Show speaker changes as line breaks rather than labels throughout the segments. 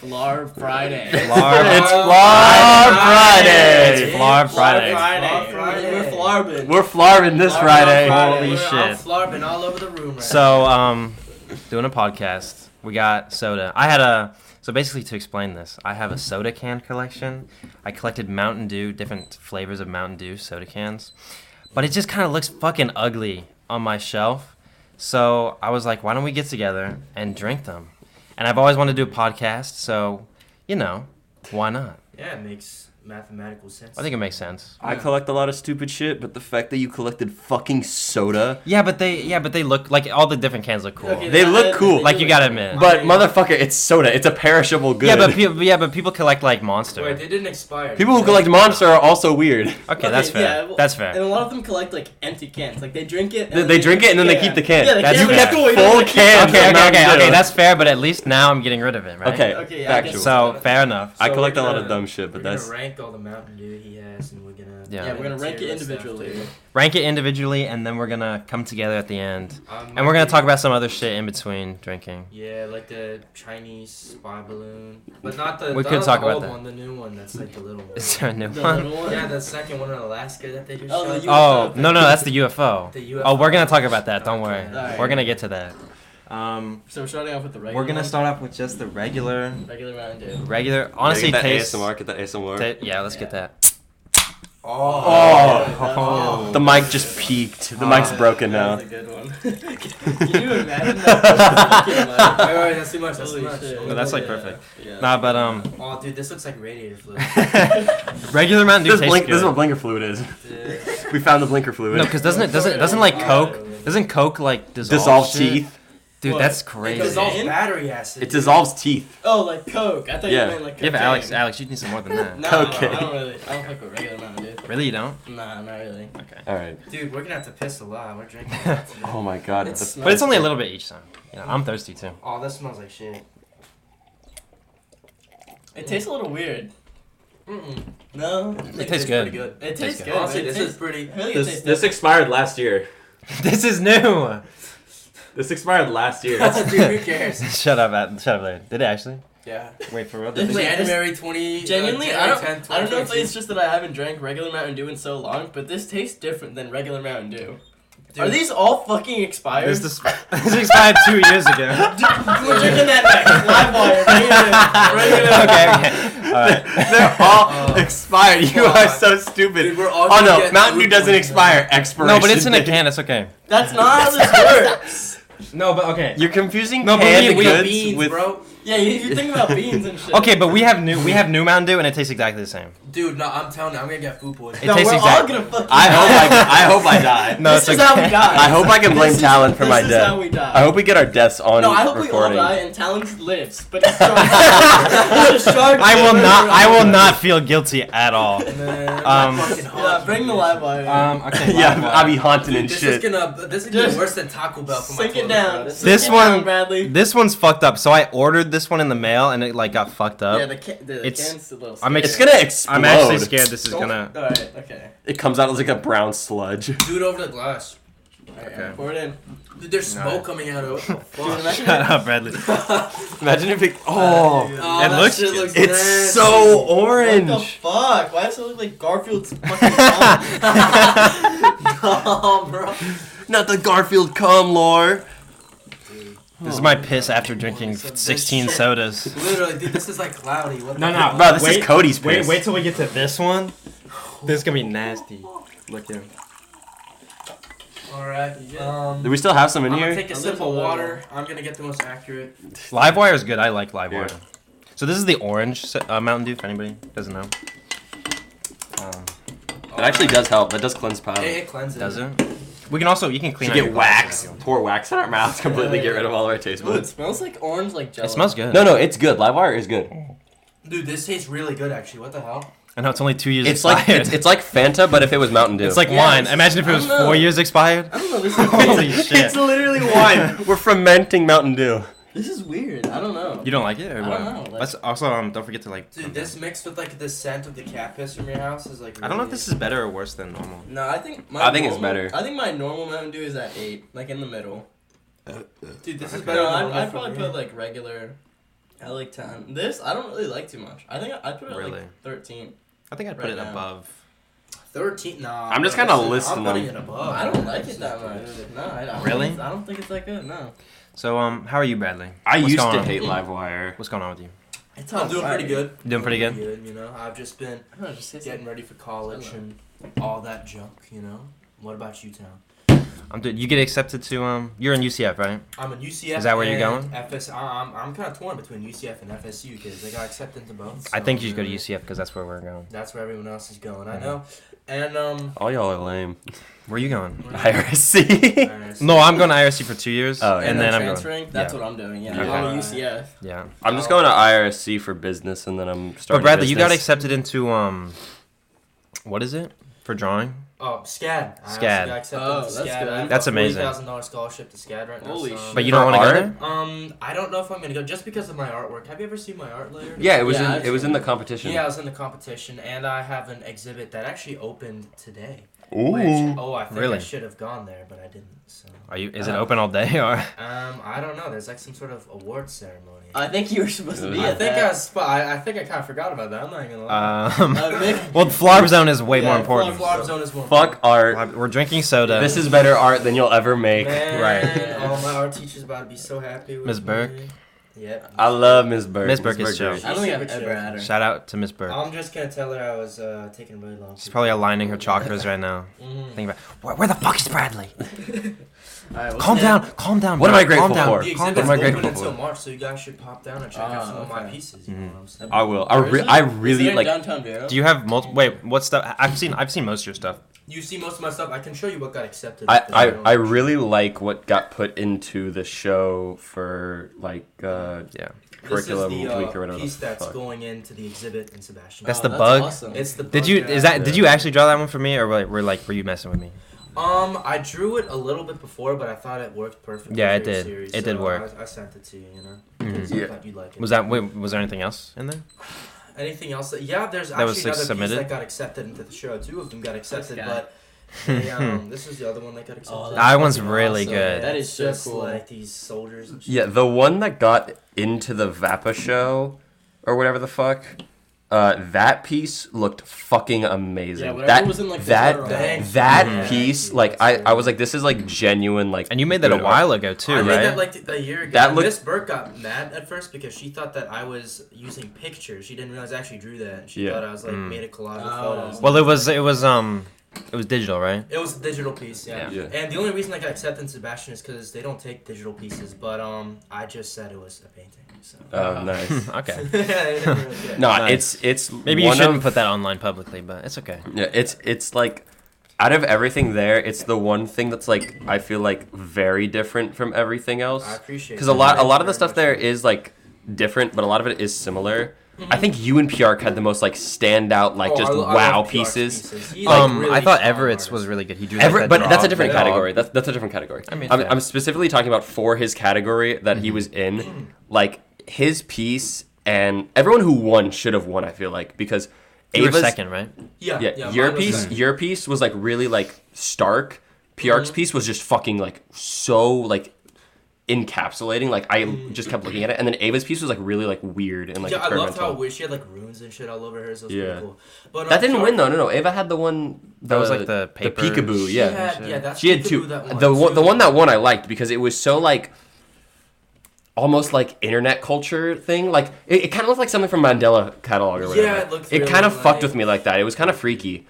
Flar Friday.
Flar-
It's
it's
Flar
Flar
Friday.
Friday. It's Flar Friday.
Flar Friday.
Flar Friday.
We're flarbing.
We're flarving this
Flarvin'
Friday.
on Friday.
Holy
We're- I'm
shit.
flarbing all over the room right
So, um, doing a podcast. We got soda. I had a so basically to explain this, I have a soda can collection. I collected Mountain Dew, different flavors of Mountain Dew soda cans, but it just kind of looks fucking ugly on my shelf. So I was like, why don't we get together and drink them? And I've always wanted to do a podcast, so you know, why not?
Yeah, it makes mathematical sense.
I think it makes sense.
I collect a lot of stupid shit, but the fact that you collected fucking soda.
Yeah, but they yeah, but they look like all the different cans look cool.
now. Okay,
They
that-
look
that-
cool.
Like, you gotta admit.
But motherfucker, it's soda. It's a perishable good.
Yeah, but people yeah, but people collect like Monster.
Wait, they didn't expire.
people who collect Monster are also weird.
Okay, that's fair.
yeah, well,
that's
And
fair.
a lot of them collect like empty cans. Like they drink it. and
They,
then
they drink it and then they keep the can.
Yeah, the
That's
can
you
fair.
kept
Cool,
full
Okay,
cans.
okay,
of Mountain
okay,
Dew.
okay, that's fair, but at least now I'm getting rid of it, right?
Okay,
Okay, yeah, I guess
factual.
so.
So fair enough.
I
So
collect
we're
a lot
gonna-
of dumb shit, but
we're
that's
gonna rank all the Mountain Dew he has, and we're gonna
Yeah.
Yeah, we're gonna rank it individually.
Rank it individually, and then we're gonna come together at the end,
Um,
and we're gonna talk about some other shit in between drinking.
Yeah, like the Chinese spy balloon, but not the
We
not
could
the
talk about
old
that.
one, the new one that's like the little one.
Is there a new
The
one?
little one.
yeah, the second one in Alaska that they just
Oh, the
shot.
UFO.
Oh no, no, that's the UFO.
The UFO.
Oh, we're gonna talk about that. Don't worry.
Okay.
Alright.
We're gonna get to that. Um,
So we're starting off with the regular.
we're gonna
one.
start off with just the regular,
regular round two.
regular. Honestly,
Get that
taste.
ASMR. Get that ASMR.
ta- yeah, let's get that.
Oh.
Oh.
The mic just peaked. The mic's
Uh,
broken
that
now.
was a good one. Can you imagine that?
Wait, wait, that's too much. That's
Holy
too much.
shit.
Oh,
No, that's like
Yeah.
perfect.
Yeah.
Nah, but um,
Oh, dude, this looks like radiator fluid.
regular Mountain Dew
This,
tastes
blink,
good.
this is what blinker fluid is.
Dude.
We found the blinker fluid.
No, because doesn't it doesn't doesn't like Coke doesn't Coke like dissolve,
dissolves
shit?
teeth.
Dude,
What?
that's
It
crazy.
dissolves-
dissolves battery acid.
It dissolves teeth.
Oh, like Coke. I thought
Yeah.
you meant like.
Give
cocaine.
Alex, Alex, you need some more than that.
No,
Cocaine.
I don't really. I don't fuck with regular Mountain Dew.
Really, you don't?
Nah, not really.
Okay.
All right.
Dude, we're gonna have to piss a lot. We're drinking. a lot today.
Oh my god.
It
the-
smells-
But it's only a little bit each time. You know, I'm thirsty too.
oh, that smells like shit.
It tastes a little weird.
Mm-mm.
No.
It tastes good.
Pretty good.
It tastes
good.
good.
Honestly,
but it
this
tastes-
is pretty.
I feel like it
This,
tastes
this
different.
expired last year.
This is new.
This expired last year.
Dude, who cares?
shut up, Ad- shut up, Larry. Did it actually?
Yeah.
Wait for real.
Wait, I just-
January
uh,
20.
Genuinely, I don't,
January 10th,
I don't know if
2013.
it's just that I haven't drank regular Mountain Dew in so long, but this tastes different than regular Mountain Dew.
Dude.
Are these all fucking expired?
This, this, this expired two years ago.
We're drinking that next. Live wire. Regular, regular.
okay, okay. All right.
They're all
Oh.
expired. You
Fuck.
are so stupid.
Dude, we're all
oh
gonna
no,
get
Mountain Dew
root
doesn't
one.
expire. Expiration.
No, but it's in a
date.
can. It's okay.
That's not how this works.
No, but okay.
You're confusing
No, but
canned
we- we-
goods
beans,
with.
bro.
Yeah, you, you think about beans and shit.
Okay, but we have new we have new Mountain Dew and it tastes exactly the same.
Dude, no, I'm telling you, I'm gonna get food poisoning.
It
no,
tastes
we're all
exact-
gonna fucking.
I hope
die.
I, I hope I die.
No,
this
it's
is how
okay.
we die.
I hope I can blame
This is-
Talon for my
This is how
death.
we die.
I hope we get our deaths on
No, I hope
recording.
we all die and Talon lives, but it's Shark.
I will not I will not feel guilty at all.
Man,
Um,
I'm fucking hot,
Yeah, bring the
dude.
live wire.
okay.
yeah, I'll be haunting
Dude,
and
this
shit.
is gonna this is gonna be
Just
worse than Taco Bell for my
Sink it
toilet,
down.
bro.
Sink
Um, This
it
one-
down, Bradley.
This one's fucked up. So I ordered this one in the mail and it like got fucked up.
yeah, the, ca- the
it's-
can's a little.
I'm
scary.
It's gonna explode.
I'm actually scared this is
Don't-
gonna.
All right. Okay.
It comes out as like a brown sludge.
Do it over the glass.
All right,
Okay.
Pour it in.
Dude, there's
No.
smoke coming out of it.
Dude, imagine-
Shut up, Bradley.
Imagine if it. Oh,
Oh,
It
that
looks-
shit looks
it's
nasty.
so
What the
orange.
fuck? Why does it look like Garfield's fucking
Oh,
mom? no, bro.
Not the Garfield cum lore.
This is my piss after drinking 16 sodas.
Literally, dude, this is like cloudy. What
No,
the
no.
fuck?
Bro, this
Wait,
is Cody's
Wait,
piss.
wait till we get to this one. This is gonna be nasty. Look here.
All right.
Yeah.
Um,
Do we still have some in
I'm
here?
gonna take a
I'll
sip
do
of
the-
water. I'm gonna get the most accurate.
Livewire is good. I like Livewire.
Yeah.
So this is the orange so- uh, Mountain Dew. For anybody who doesn't know. Um,
It actually does help. That does cleanse
It,
powder.
it cleanses.
does it? We can also you can clean.
Should
out
get
your glasses.
wax. Pour wax in our mouths. Completely get rid of all of our taste
Ooh, it
buds.
smells like orange, like jello.
It smells good.
No, no, it's good. Livewire is good.
Dude, this tastes really good actually. What the hell?
I know it's only two years.
It's like
expired.
it's, it's like Fanta, but if it was Mountain Dew.
It's like
Yeah,
wine.
it's-
Imagine if it
I
was
don't know.
four years expired.
I don't know. This is
Holy
weird.
shit.
literally wine. We're fermenting Mountain Dew.
this is weird. I don't know.
You don't like it or
I
what?
don't know, like-
Let's also um, don't forget to like.
Dude, this mixed with like the scent of the cat piss from your house is like.
I don't know if this is better or worse than normal.
No, I think my
I think it's
normal-
better.
I think my normal Mountain Dew is at eight, like in the middle.
Dude, this is
Okay.
better.
No,
than the
I
one
I'd probably
from here.
put like regular. I like 10. This, I don't really like too much. I think I, I put it at
Really?
like 13.
I think I'd put
Right
it
now.
above.
13? Nah.
I'm just
bro,
gonna
this is-
list
I'm putting
them.
it above.
I don't like it
This is
that much.
Oh, good.
No, I don't.
Really?
I don't think it's that good, no.
So um, how are you, Bradley?
I
What's
used
going
to
on?
hate Livewire.
What's going on with you?
It's
I'm doing pretty good.
You doing pretty good?
You know, I've just been
I don't know, just say
getting
something.
ready for college
Hello.
and all that junk. You know. What about you, Town?
I'm doing. Um, You get accepted to um. You're in UCF, right?
I'm in UCF.
Is that where you're
and FS. I'm I'm kind of torn between UCF and FSU because they got accepted to both.
I
so,
think you should go to
know,
UCF because that's where we're going.
That's where everyone else is going. I
Yeah.
know. And um.
All y'all are lame.
Where are you going?
IRC.
alright,
No, I'm going to IRC for two years,
Oh, yeah.
and then I'm going.
transferring. That's what I'm doing. Yeah,
Okay.
I'm on UCF.
Yeah,
I'm just going to IRC for business, and then I'm
but
starting.
Bradley, you got
business.
accepted into um. What is it for drawing?
Oh, SCAD. I also
SCAD.
got accepted
Oh,
to
that's
SCAD.
good.
I have
That's
a
amazing.
Thousand dollars scholarship to SCAD right now.
Holy
so-
shit.
But you
For
don't want to
art?
go there.
Um, I don't know if I'm gonna go just because of my artwork. Have you ever seen my art layer?
Yeah, it was
Yeah,
in
I've
it was
seen
in the
it.
competition.
Yeah, I was in the competition, and I have an exhibit that actually opened today.
Ooh.
Which, oh, I think I
Really?
should have gone there, but I didn't. So,
Are you? Is it
Uh,
open all day or?
um, I don't know. There's like some sort of award ceremony.
I think you were supposed to be.
Yeah,
I
at
think I,
that.
was, sp- I, I think I kind of forgot about that. I'm not even gonna lie.
Um,
Uh, Mick-
well, Flarb Zone is way
Yeah,
more
Flarb-
important.
Flop zone is more.
Fuck art.
We're drinking soda.
This is better art than you'll ever make.
Man,
Right.
All my art teacher's about to be so happy with
Ms. Burke? Uh,
me. Yep.
I love Miss Burke.
Miss Burke is
great.
chill.
I don't think I've ever
Super chill.
had her.
Shout out to Miss Burke.
I'm just gonna tell her I was uh, taking really long.
She's probably aligning her chakras right now.
Mhm.
Think about where, where the fuck is Bradley?
Alright, what's
Calm
the-
down, calm down.
What am
bro,
I grateful
calm down,
for?
The
calm
What
down.
exhibit's
am I
open
grateful
until
for?
March, so you guys should pop down and check out
Ah,
some of my
okay.
pieces. You know
Mhm.
what I'm saying?
I will. I,
Where
re-
is it?
I
Is
really
it in
like.
downtown Vero?
Do you have multiple? Wait, what stuff? I've seen, I've seen most of your stuff.
You see most of my stuff. I can show you what got accepted.
I,
because
I,
don't-
I really like what got put into the show for like uh,
Yeah,
this is
curriculum
the uh,
week or whatever the
piece that's
fuck.
going into the exhibit in Sebastian. Uh,
That's
Oh,
the bug?
Awesome.
it's the.
Did
bug
you? Is that? Did
Yeah.
you actually draw that one for me, or were, were like, were you messing with me?
Um, I drew it a little bit before, but I thought it worked perfectly.
Yeah,
for
it
your
did.
Series,
It did
so
work.
I, I sent it to you. You know.
Mhm.
So I
Yeah.
thought you'd like it.
Was that? Wait, was there anything else in there?
anything else? That, yeah, there's
That was,
actually
like,
another
submitted?
piece that got accepted into the show. Two of them got accepted,
guy.
but they, um, this was the other one that got accepted.
that's
That one's
fucking
really
awesome.
good.
That is so
just
cool.
like these soldiers. And shit.
Yeah, the one that got into the Vapa show or whatever the fuck, uh, that piece looked fucking amazing.
Yeah, whatever
that
was in, like, the
that
letter
on.
that
Mhm.
piece,
Yeah,
like I,
that's
I was like, this is like genuine like.
And you made that a
good
while ago too,
I
right?
made that like th- a year ago.
That
and
look-
Miss Burke got mad at first because she thought that I was using pictures. She didn't realize I actually drew that. She
Yeah.
thought I was like
Mm.
made a collage
Oh.
of photos.
well, it was, it was, um, it was digital, right?
It was a digital piece, yeah.
Yeah.
And the only reason I got accepted in Sebastian is because they don't take digital pieces. But um, I just said it was a painting. So.
Oh, nice.
okay.
No,
Nice.
it's it's
Maybe you
one
shouldn't
of-
put that online publicly, but it's okay.
Yeah, it's it's like out of everything there, it's the one thing that's like I feel like very different from everything
I
else.
appreciate
Because a lot a lot of the stuff there
there is.
is like different, but a lot of it is similar. I think you and Pjark had the most like standout like
Oh,
just
I lo- I
wow
love PR
pieces.
He's,
um,
like, really
I thought
strong
Everett's
artist.
was really good. He drew.
Every,
like, that
but that's a
dog.
different
Yeah.
category. That's that's a different category.
I mean,
I'm,
fair.
I'm specifically talking about for his category that
Mm-hmm.
he was in, like his piece and everyone who won should have won. I feel like because
You were
Ava's
second, right?
Yeah,
yeah,
yeah
your
mine was
piece
that.
your piece was like really like stark Pjark's
Mm-hmm.
piece was just fucking like so like encapsulating like i
Mm.
just kept looking at it and then ava's piece was like really like weird and like
yeah, I loved
experimental
how weird she had like runes and shit all over hers. It was
Yeah.
pretty cool. But um,
that didn't win
though.
though no no ava had the one
That was, like, the paper
peekaboo
shit.
yeah
She had, yeah, that's
she had
Peekaboo
two
That one.
the one the one that won i liked because it was so like almost like internet culture thing like it, it kind of looked like something from mandela catalog or whatever
Yeah, it looked really
kind of
like-
fucked with me like that it was kind of freaky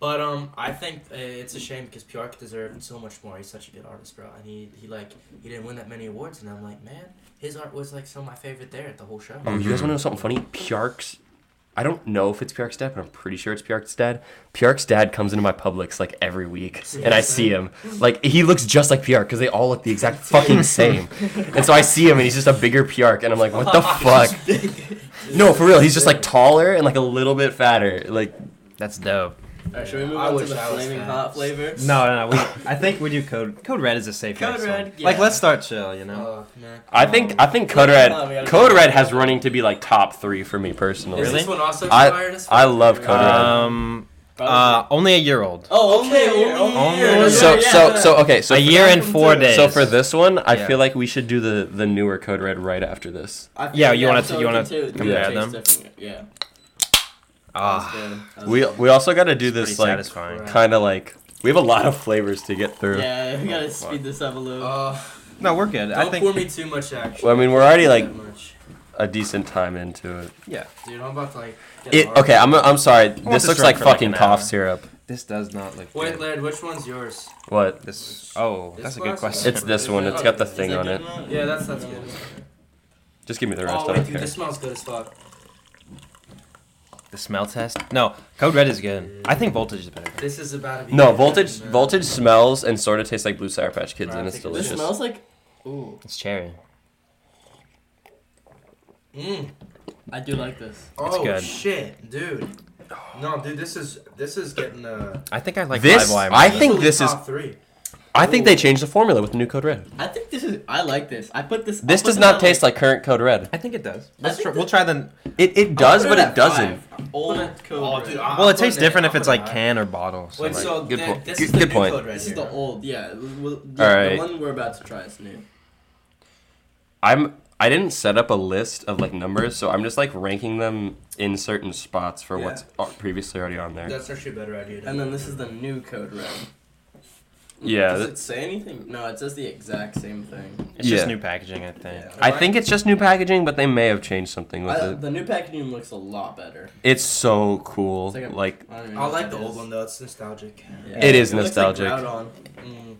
But um, I think uh, it's a shame because Pjark deserved so much more. He's such a good artist, bro. And he he like he didn't win that many awards, and I'm like, man, his art was like some of my favorite there at the whole show.
Oh, you guys want to know something funny? Pjark's. I don't know if it's Pjark's dad, but I'm pretty sure it's Pjark's dad. Pjark's dad comes into my Publix like every week, and I see him. Like he looks just like Pjark because they all look the exact fucking same. And so I see him, and he's just a bigger Pjark, and I'm like, what the fuck? No, for real, he's just like taller and like a little bit fatter. Like
That's dope.
Alright, should we move
I
on to
wish
the
I was
flaming
fat.
hot flavor?
No, no, no. We, I think we do code. Code red is a safe.
Code
next
red,
one. Like,
yeah.
let's start chill. You know.
Oh man.
I think I think Code
Oh, we
Red
gotta-
Code Red has running to be like top three for me personally.
Is
Really?
this one also
I-
expired as fuck?
I love Code Red.
um, Uh, only a year old.
oh,
okay,
okay, only,
only
a
year.
year.
So
yeah,
so
yeah.
so okay. So
a
for-
year and four
so
days.
So for this one, I
Yeah.
feel like we should do the the newer Code Red right after this.
I
Yeah,
think
you
that
wanna-
was
you wanna
something too.
compare
Taste
them?
different, Yeah.
ah,
We we also got to do this
pretty
like
satisfying.
kind of like we have a lot of flavors to get through.
Yeah, we gotta
Oh,
speed this up a little.
Uh,
No, we're good. I
don't pour
think
me too much action.
Well, I mean, we're already like
That much.
a decent time into it.
Dude, I'm about to like. get
it
hard.
okay, I'm I'm sorry. This
this
looks
run
like
for, like,
fucking
an
cough
hour.
syrup.
this does not look.
Wait,
Good.
Laird, which one's yours?
What?
This. Oh,
This
that's a
glass
good
or
question.
It's this one. It's got the thing on it.
Yeah, that's that's good.
Just give me the rest. I
Oh wait,
don't
dude,
care.
this smells good as fuck.
The smell test? No, Code Red is good. I think Voltage is better.
This is about to be.
No,
good, Mm.
voltage.
man.
Voltage smells and sort of tastes like Blue Sour Patch Kids,
Bro, I
and it's
think it's-
This
delicious.
smells like. Ooh,
It's cherry.
Mm.
I do like this.
Oh
good.
shit, dude. No, dude, this is this is getting uh.
I think I like
This-
Live Wire.
I
more.
think
easily
this is-
top three.
I think they changed the formula with the new Code Red.
I think this is. I like this. I put this.
This
I'll put
does not
on,
taste like current Code Red.
I think it does. Let's
think
try,
that-
we'll try the.
It it does,
I'll
but
put
it doesn't.
five. Old code.
Oh,
Red.
dude, I-
Well,
I'm
it tastes
putting it-
different if
I'm
it's like
putting it
can or bottle. So
Wait,
like,
so
Good
th-
point.
This
Good-
is the
good
new
point.
Code right
This is
here.
the old. Yeah, well, the,
Alright.
the one we're about to try is new.
I'm. I didn't set up a list of like numbers, so I'm just like ranking them in certain spots for
Yeah.
what's what's previously already on there.
That's actually a better idea.
And then this is the new code red.
yeah,
Does
th-
it say anything? No, it says the exact same thing.
it's
yeah.
just new packaging, I think.
Yeah.
I think it's just new packaging, but they may have changed something with
I,
it.
the new packaging looks a lot better.
It's so
It's
cool.
like a-
Like
I, don't even know
I
what
like
that
the
is.
old one though. It's nostalgic.
Yeah.
It is
looks
nostalgic.
Like Groudon.
Mm.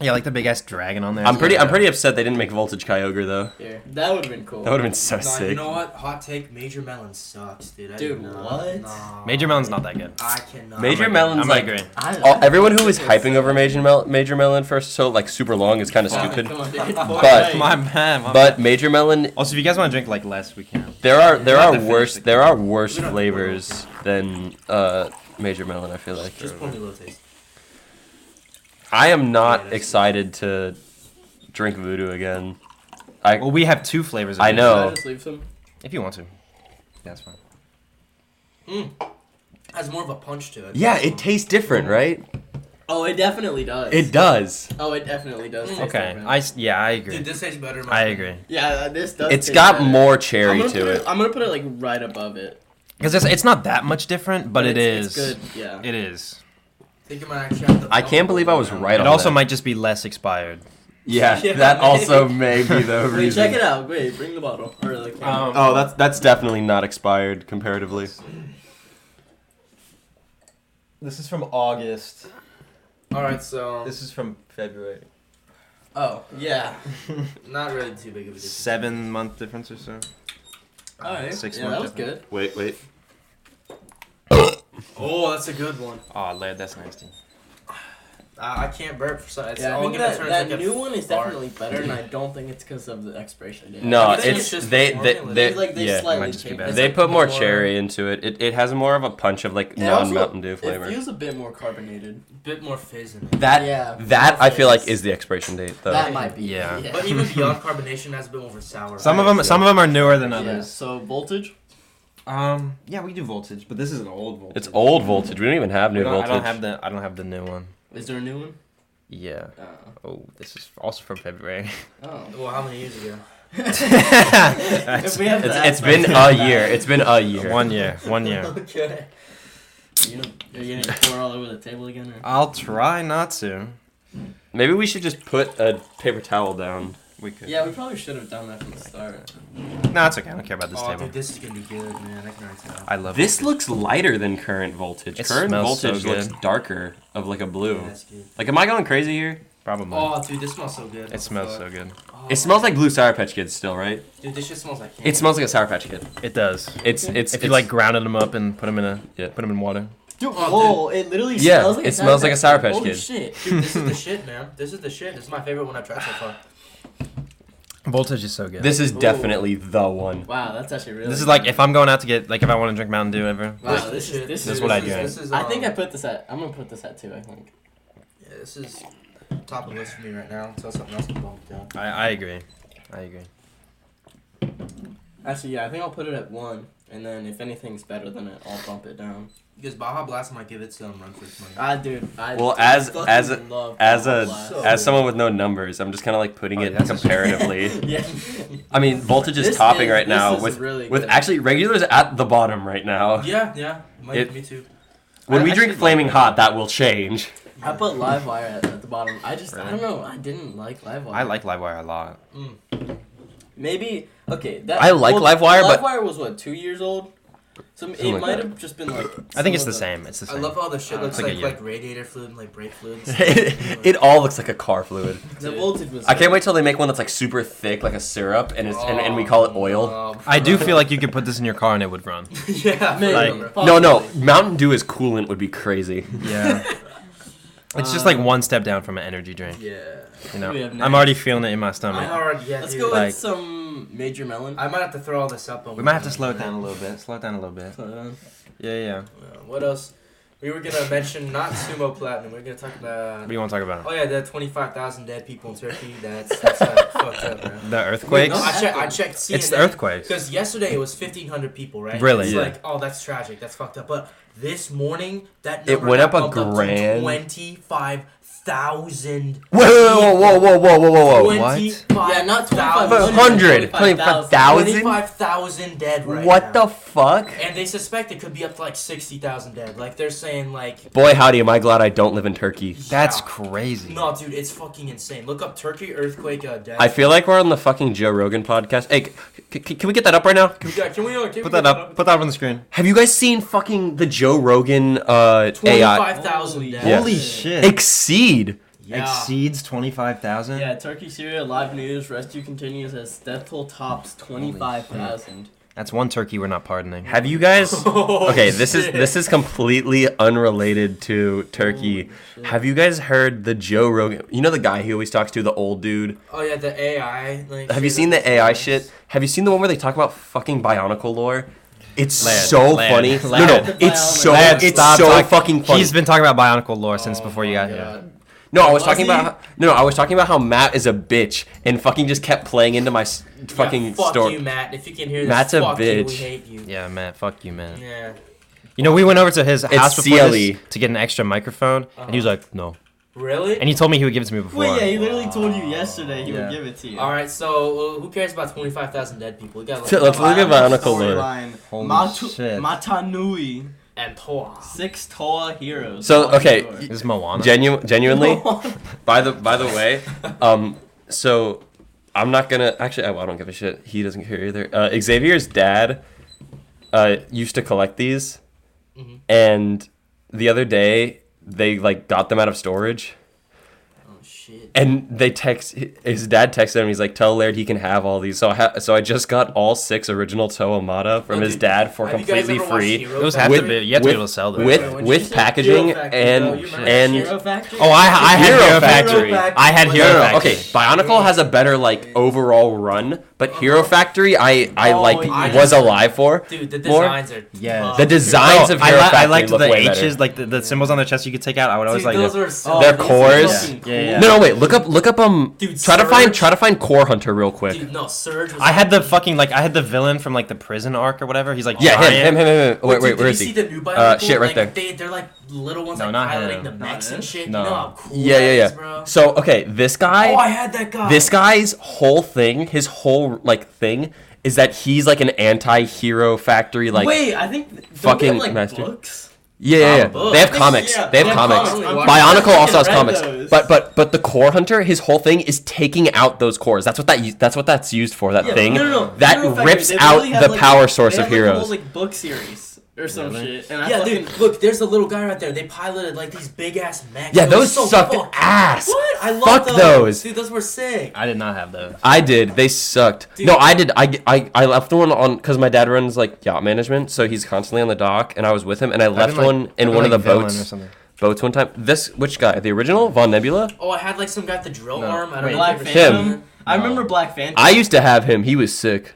Yeah, like the big ass dragon on there.
I'm pretty. I'm pretty upset they didn't make Voltage Kyogre though.
Here. That would have been cool.
That would have been so
Nah,
sick.
you know what? Hot take: Major Melon sucks, dude. I do
Dude,
not-
what?
nah.
Major Melon's not that good.
I cannot.
Major
I'm
Melon's
I'm
like-
agreeing.
I,
All, everyone who was hyping over Major, Mel- Major Melon for so like super long is kind of
Come on,
stupid.
come on, dude.
But-
My bad. my
But
bad.
Major Melon,
also, if you guys want to drink like less, we can.
there are there
Not the
are
finished
worse
thing.
there are worse
We don't-
flavors than uh, Major Melon. I feel like
Just pour me a little taste.
I am
Yeah,
not
that's-
excited to drink Voodoo again. I
Well, we have two flavors. of
I
these.
know.
Can I just leave some?
If you want to, that's fine.
Has more of a punch to it.
yeah, it tastes different, right?
Oh, it definitely does.
It does.
Oh, it definitely does. Taste
Okay.
different.
I s- yeah, I agree.
Dude, this tastes better. in my
I
opinion.
agree.
Yeah, uh, this does.
It's
taste
got
better.
more
I'm
cherry
gonna, put
to it.
I'm gonna put it like right above it.
Because it's, it's not that much different, but it
it's,
is.
It's good. Yeah.
It is.
I think I might actually have to
I can't believe I was right
It
on
also
that.
might just be less expired.
Yeah,
Yeah,
that
maybe.
also may be the
Wait,
reason.
check it out. Wait, bring the bottle or the can.
Um,
Oh, that's that's definitely not expired comparatively.
This is from August.
All right, so
is from February.
oh, yeah.
not really too big of a difference.
Seven month difference or so.
All right.
Six
yeah, that was
months
good.
Wait, wait.
Oh, that's a good one.
Oh, lad, that's nasty.
I, I can't burp for some. It's
Yeah, I
all
think
gonna
that,
turn
that
like a
new one is
fart.
definitely better, and I don't think it's because of the expiration date.
No,
I think
it's,
it's just
they
the
they,
formula.
they
It's like they
yeah.
slightly
might just be
changed.
better.
It's
They
like
put more
more-
cherry into it. It it has more of a punch of like
It
non
also-
Mountain Dew
It
flavor.
feels a bit more carbonated.
Bit more fizz in it.
That
yeah.
that I feel like
it's-
is the expiration date though.
That might be.
Yeah.
But even beyond carbonation, has a bit more of a sour.
Some of them, some of them are newer than others.
So voltage.
Um, yeah, we do voltage, but this is an old voltage.
it's old voltage. We don't even have
We
new
don't- I
voltage.
don't have the, I don't have the new one.
Is there a new one?
Yeah.
Uh,
Oh, this is also from February.
oh.
Well, how many years ago?
If we have to
it's, it's
ask
been
that-
a year. It's been a year.
one year, one year.
okay.
Are you gonna, are you gonna pour all over the table again? Or?
I'll try not to.
Maybe we should just put a paper towel down.
We could.
Yeah, we probably should have done that from the start.
No, it's okay. I don't care about this
Oh,
table.
dude, this is gonna be good, man. I can already tell.
I love
This looks lighter than current voltage.
It
current
smells so
voltage looks
good.
darker, of like a blue.
Yeah, that's good.
Like, am I going crazy here?
Probably.
Oh, dude, this smells so good.
it smells so good.
It smells like blue Sour Patch Kids still, right?
Dude, this shit smells like.
It smells like a Sour Patch Kid.
It does.
It's it's
if
it's-
you like grounded them up and put them in a
Yeah.
put them in water.
Dude,
oh,
it literally
Yeah, smells like a it Sour smells like a Patch Sour Kid. Patch
Holy
Kid.
shit.
Dude, this is the shit, man. This is the shit. This is my favorite one I've tried so far.
Voltage is so good. This
This is definitely the one.
Wow, that's actually really.
is like if I'm going out to get like if I want to drink Mountain Dew ever.
Wow,
This-
this
this
is-
shit-
this
is what I drink.
is,
I think I
um,
put this at. I'm gonna put this at two. I think.
Yeah, this is top of the list for me right now until something else can bump it down.
I, I agree. I agree.
Actually, yeah, I think I'll put it at one. And then if anything's better than it, I'll bump it down.
Because Baja Blast might give it to him run for its money.
I Ah, dude. I
Well,
fucking
as- as a-
love
As
Baja
a
Blast.
So-
as someone with no numbers, I'm just kind of like putting
Oh,
it
yeah, that's-
comparatively.
yeah.
I mean, voltage is
This
topping
is-
right
this
now
is
with
really
with
good.
actually regulars at the bottom right now.
yeah, yeah. Might,
Uh, It-
me too.
When
I
we
actually
drink
like
flaming
it.
hot, that will change.
I put Livewire at, at the bottom. I just I
Really?
don't know. I didn't like Livewire.
I like Livewire a lot.
maybe okay. That
I like Livewire, but-
Livewire was what two years old. So it
like
might
that.
have just been like.
I think it's
some
the
of
same. It's the
I
same.
love all the shit
Uh,
looks
it's like a
like
year.
like radiator fluid and Oh, like brake fluids.
it, it all looks like a car fluid.
The voltage was.
I can't wait till they make one that's like super thick, like a syrup, and it's, and, and we call it oil.
Oh,
I do
bro.
feel like you could put this in your car and it would run.
yeah,
Maybe.
like,
Possibly.
No, no, Mountain Dew as coolant would be crazy.
Yeah. It's just like one step down from an energy drink.
yeah.
You know,
We have
I'm already feeling it in my
I'm
stomach.
hard. Yeah,
Let's
dude.
go with
Like-
some major melon.
I might have to throw all this up. on
We might have to slow it down a little bit. Slow it down a little bit.
Uh,
Yeah, yeah.
Uh, what else? We were gonna mention not sumo platinum. We are gonna talk
What
about.
do you want to talk about?
Oh yeah, the twenty-five thousand dead people in Turkey. That's that's uh, fucked up, bro.
The earthquakes.
No, I checked. I checked. CNN,
it's the earthquakes.
Because yesterday it was fifteen hundred people, right?
Really?
It's
Yeah.
like, oh, that's tragic. That's fucked up. But this morning, that
It
number
went up
got
a
bumped to
grand.
Twenty-five thousand.
Whoa, whoa, whoa, whoa, whoa, whoa, whoa, whoa.
what?
yeah, not
Thousand.
25,
100, 25,000?
Twenty-five thousand dead right
What
now.
the fuck?
And they suspect it could be up to like sixty thousand dead. Like they're saying, like.
Boy, howdy, am I glad I don't live in Turkey.
That's
yeah.
crazy.
No, dude, it's fucking insane. Look up Turkey earthquake uh, death.
I feel like we're on the fucking Joe Rogan podcast. Hey, c- c- can we get that up right now? Can we-
Yeah, can we uh, can
Put that up. Put that up on the screen.
Have you guys seen fucking the Joe Rogan uh, AI
Twenty-five thousand dead.
Yeah.
Holy shit!
exceed?
Yeah.
Exceeds twenty-five thousand.
Yeah, Turkey, Syria, live news. Rescue continues as death toll tops twenty-five thousand.
That's one turkey we're not pardoning.
Have you guys?
Oh,
Okay, this is
shit.
this is completely unrelated to Turkey. Have you guys heard the Joe Rogan? You know the guy he always talks to, the old dude.
Oh yeah, the AI. Like,
Have you
shit
seen
that's
the AI
nice.
shit? Have you seen the one where they talk about fucking bionicle lore? It's
Lad,
so
lad,
funny.
lad.
No, no, it's so
Lad,
it's
stop
so
talking.
fucking funny.
He's been talking about Bionicle lore since
Oh
before you
my
got here.
God.
No, I was
Was
talking
he?
about how, no, I was talking about how Matt is a bitch and fucking just kept playing into my s- fucking
yeah, fuck
story.
you, Matt. If you can hear this,
Matt's a
fuck you.
bitch.
We hate you.
Yeah, man. Fuck you, man.
Yeah.
You know, we went over to his house before
CLE.
this to get an extra microphone, and he was
Uh-huh.
like, "No."
Really?
And he told me he would give it to me before.
Well, yeah, he literally told you yesterday he
Yeah.
would give it to you.
All right. So uh, who cares about twenty-five thousand dead people? We got
So let's
like
look at Bionicle
Storyline.
lore.
Holy
Matu-
shit.
Matanui,
and Toa.
six Toa heroes.
So, okay,
This is Moana.
Genu- genuinely, by the by the way, um, so I'm not gonna actually. I, well, I don't give a shit. He doesn't care either. Uh, Xavier's dad uh, used to collect these,
Mm-hmm.
Mhm.
and the other day they like got them out of storage.
Oh shit.
And they text his dad texted him. He's like, "Tell Laird he can have all these." So I ha- so I just got all six original Toa Mata from
Oh,
his
dude,
dad for
Have you guys
completely
ever watched
free,
Hero
Those have to
With-
be. You have to
with-
be able to sell those.
with
Wait,
right?
what'd you
with
say?
packaging
Hero Factory, bro,
and
you remember
and
Hero Factory?
Oh, I, I had
Hero
Hero,
Factory.
Factory. I had Hero
No, no, no,
Factory.
Okay, Bionicle has a better like overall run, but Hero Factory, I I
Oh,
like
yeah.
was alive for.
Dude, the
More?
designs are.
Yes.
The designs of
I,
Hero
li- I
Factory
liked
look
the
way
H's,
better.
like the, the symbols on their chest you could take out. I would always
Dude, those
like.
are so
Oh,
Their
these are
cores?
fucking
Yeah, yeah,
cool.
yeah.
No, no, wait. Look up, look up. Um,
Dude,
try to find,
Surge.
try to find Core Hunter real quick.
Dude, no, Surge. Was
I had the fucking like I had the villain from like the prison arc or whatever. He's like
yeah, him,
giant.
him, him, him, him. Oh, Wait,
Dude,
wait,
did
where
you
is
see
he?
the new Bionicle?
Uh, shit, right
like,
there.
They, they're like little ones
No,
like
not
piloting
him.
the
Not
mechs
him.
and shit.
No.
You know how cool
Yeah,
that
yeah,
is,
yeah.
bro?
So okay, this guy.
oh, I had that guy.
This guy's whole thing, his whole like thing, is that he's like an anti-hero factory. Like,
Wait, I think don't
fucking
they have, like,
master.
Books?
yeah, yeah, yeah.
Probably.
They have comics.
Yeah,
they have
yeah,
comics.
I'm
Bionicle
pretty sure
Bionicle
I
also has
read
comics,
those.
but but but the core hunter, his whole thing is taking out those cores. That's what that u- that's what that's used for. That
Yeah,
thing
no, no, no.
that
Hero Factory,
rips
they
out
literally have,
the
like,
power source
they
of
have, like, a
heroes.
whole, like book series or some
Really?
shit. And I
Yeah,
fucking,
dude, look, there's a little guy right there. They piloted like these big ass mechs.
yeah,
It was
those sucked
fucked.
ass.
What? I love
Fuck
those.
those.
Dude, those were sick.
I did not have those.
I did. They sucked.
Dude.
No, I did. I, I, I left one on because my dad runs like yacht management, so he's constantly on the dock, and I was with him, and I left
been, like-
one in
I've
one
been,
of the
like, villain or
boats.
something.
Boats one time. This which guy? The original Von Nebula.
Oh, I had like some guy with the drill
No.
arm. I don't
Wait,
know.
Black
if you
Him.
Phantom. I remember Black Phantom.
I used to have him. He was sick.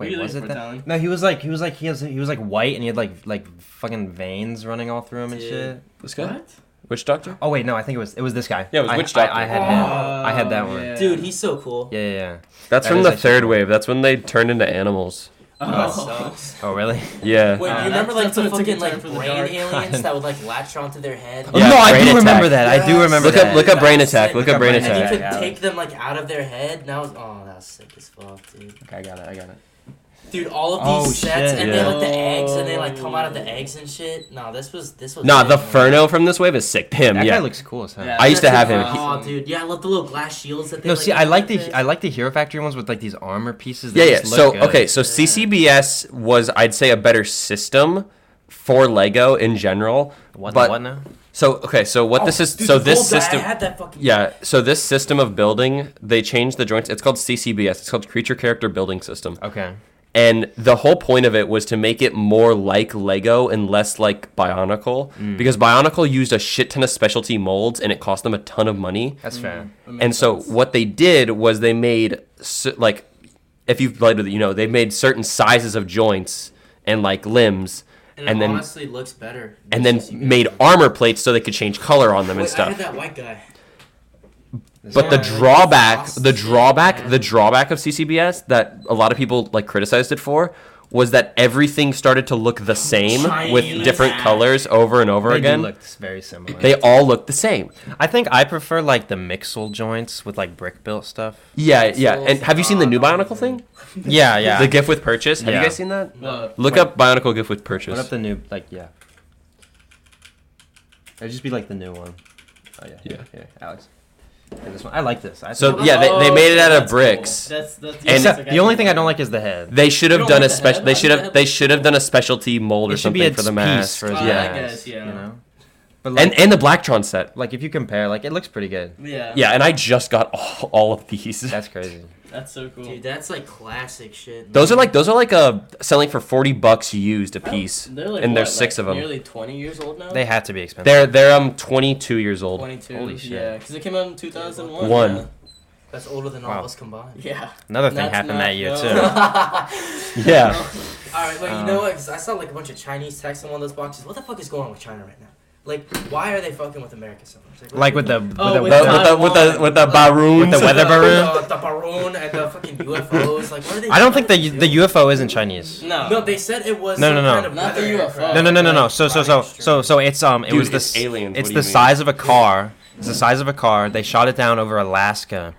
Wait,
Wait,
Really
was
was it
it
that- foretelling?
No, he was like he was like he was he was like white and he had like like fucking veins running all through him and
Dude.
shit.
This guy.
What?
Which doctor?
Oh wait, no, I think it was it was this guy.
Yeah, it was
I,
Witch
I,
Doctor.
I, had him.
Oh,
I had that one.
yeah.
Dude, he's so cool.
Yeah, yeah, yeah.
That's
That
from
is
the
actually
third
cool.
wave. That's when they turned into animals.
Oh,
That sucks.
Oh, really?
Yeah.
Wait,
Uh,
you
that's-
remember like
that's
the
when it took a
fucking
turn
like
for the
brain
dark.
aliens that would like latch onto their head?
Oh,
Yeah,
no, I do
brain
remember
attack.
that. I do
Yes.
remember
Look
that.
up, look up brain
That was
attack.
sick.
Look up brain
And you
attack.
could
Yeah.
take them like out of their head, and that was oh, that was sick as fuck, dude.
Okay, I got it. I got it.
Dude, all of these
Oh,
sets,
shit,
and
yeah.
they like the eggs, and they like come out of the eggs and shit. No, this was this was.
Nah,
sick,
the
man.
Furno from this wave is sick. Him,
That
yeah.
guy looks cool as hell.
Yeah.
I used to
That's
have
it.
him.
Oh, dude, yeah, I love the little glass shields that they.
No,
like,
see, I like the
outfit.
I like the Hero Factory ones with like these armor pieces. That
yeah, yeah.
Just look
So
good.
okay, so CCBS was I'd say a better system for Lego in general.
What
but,
what now?
So okay, so
Oh,
what this is
Dude,
so
the
this
gold guy,
system
I had that fucking.
Yeah, so this system of building, they changed the joints. It's called CCBS. It's called Creature Character Building System.
Okay.
And the whole point of it was to make it more like Lego and less like Bionicle because Bionicle used a shit ton of specialty molds and it cost them a ton of money.
That's fair.
That makes
And so
sense.
what they did was they made cer- like if you've played with it, you know, they made certain sizes of joints and like limbs
and,
and
it
then
honestly looks better.
and then
Just-
made armor plates so they could change color on them
Wait,
and
I had
stuff.
that white guy.
But the
Yeah, like the
drawback,
sauce
the
shit,
drawback,
man.
the drawback of CCBS that a lot of people like criticized it for was that everything started to look the same with
Chinese
different
ass.
colors over and over
They do
again.
look very similar.
they all look the same.
I think I prefer like the mixel joints with like brick built stuff.
Yeah, yeah.
Pixels,
And have you seen the new
uh,
Bionicle thing?
Yeah, yeah.
The GIF with purchase. Have
Yeah.
you guys seen that?
Uh,
Look
Wait.
up Bionicle GIF with
what up
purchase.
the new like yeah. It'd just be like the new one. Oh yeah.
Yeah.
Yeah. Alex. Yeah, this one. I like this. I
So,
think-
yeah, they- they
oh,
made it
okay,
out of
that's cool.
bricks.
That's that's
And-
yes, I
Except
got
the
you.
only thing I don't like is the head.
They should
You
have
don't
done a
like the
special.
head?
They
Like
should
the
have.
head?
They should have done a specialty mold or
It should
something
be a
for the
piece
mask.
for the
Oh, I
mask,
guess, yeah.
You know. But like,
And and the Blacktron set.
like if you compare, like it looks pretty good.
Yeah.
Yeah, and I just got all, all of these.
That's crazy.
That's so cool.
Dude, that's like classic shit. man.
Those are like those are like uh selling for forty bucks used a piece,
They're like
and
what,
there's six
like
of them.
Nearly 20 years old now.
They had to be expensive.
They're they're um twenty two years old.
22.
Holy shit.
Yeah, because it came out in 2001.
One.
That's older than
Wow.
all of us combined.
Yeah.
Another thing
That's not-
happened that year
no.
too.
Yeah,
All right, wait. You
Um,
know what? 'Cause I saw like a bunch of Chinese text on one of those boxes. What the fuck is going on with China right now? Like, why are they fucking with America so much? what-
Like with the with
Oh,
the,
with
with
with
the-
the with the with the baroons.
With the weather balloon?
the, the balloon and the fucking UFOs. Like, what are they?
I don't think
what are
the the UFO isn't Chinese.
No.
No, they said it was.
No,
some
no, no.
Kind of
Not the
weather
UFO.
aircraft.
No, no, no, no, no.
Like,
So, so, so,
flying
so,
straight.
so it's um, it
Dude,
was the
it's
s-
aliens,
It's
what do
the
you mean?
size of a car. It's the size of a car. They shot it down over Alaska,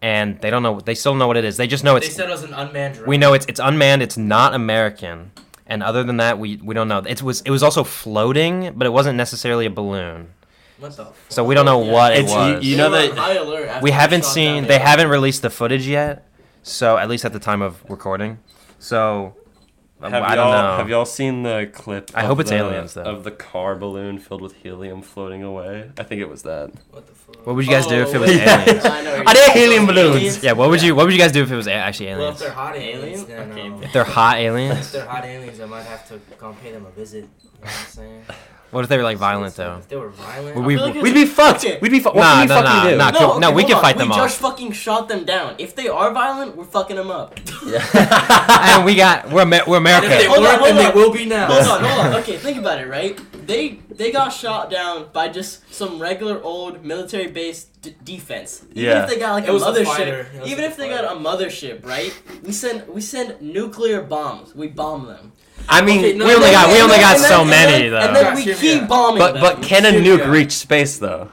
and they don't know. They still know what it is. They just know
They
it's.
said it was an unmanned drone.
We know it's it's unmanned. It's not American. And other than that, we we don't know. It was it was also floating, but it wasn't necessarily a balloon.
What the? Fuck?
So we don't know
Yeah.
what it
It's- you-
was.
you know
They were
that-
on high alert after
we
they
haven't
shot
seen.
down
They
the-
haven't released the footage yet. So at least at the time of recording. So um, I don't know.
y'all seen the clip?
I of hope it's the- aliens, though. of
the car balloon filled with helium floating away. I think it was that.
What the fuck?
what would you guys do if it was
Oh,
yeah.
aliens?
I know what
Are
you're
they
saying.
helium balloons?
Aliens?
Yeah, what would you what would you guys do if it was a- actually
Well, if
aliens?
they're hot aliens,
Aliens?
then,
Okay.
um,
If they're hot
if
aliens?
they're hot aliens, I might have to come pay them a visit. You know what I'm saying?
What if they were like violent though?
If they were violent,
Would
I
we-
feel
I feel like
We'd
it's-
be fucked.
Okay.
We'd be fucked.
Nah,
What could we
nah,
fucking
nah,
do?
nah.
No,
no,
okay,
we can
hold
fight
on.
them
we
off.
just fucking shot them down. If they are violent, we're fucking them up.
and we got we're Amer- we're
Hold on,
American.
And if they weren't, then
hold
they
on.
will be now.
hold on, hold on. Okay, think about it, right? They they got shot down by just some regular old military based d- defense. Even
Yeah.
if they got like
It
a
was a
mothership,
fighter. It was
even
a
if they got
fighter.
a mothership, right? We send we send nuclear bombs. We bomb them.
I mean,
Okay, no,
we
no,
only
no,
got we
no,
only
no,
got
and then-
so
and
many
then- And then
though.
we
Gotcha,
keep
yeah.
bombing
But
them.
but can a
Shit,
nuke
yeah.
reach space though?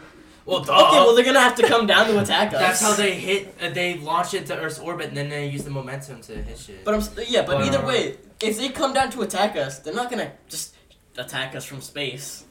Well, duh.
Okay, well they're gonna have to come down to attack us.
That's how they hit. Uh, they launch into Earth's orbit, and then they use the momentum to hit shit.
But I'm s- yeah. But
But,
either
uh,
way, if they come down to attack us, they're not gonna just attack us from space.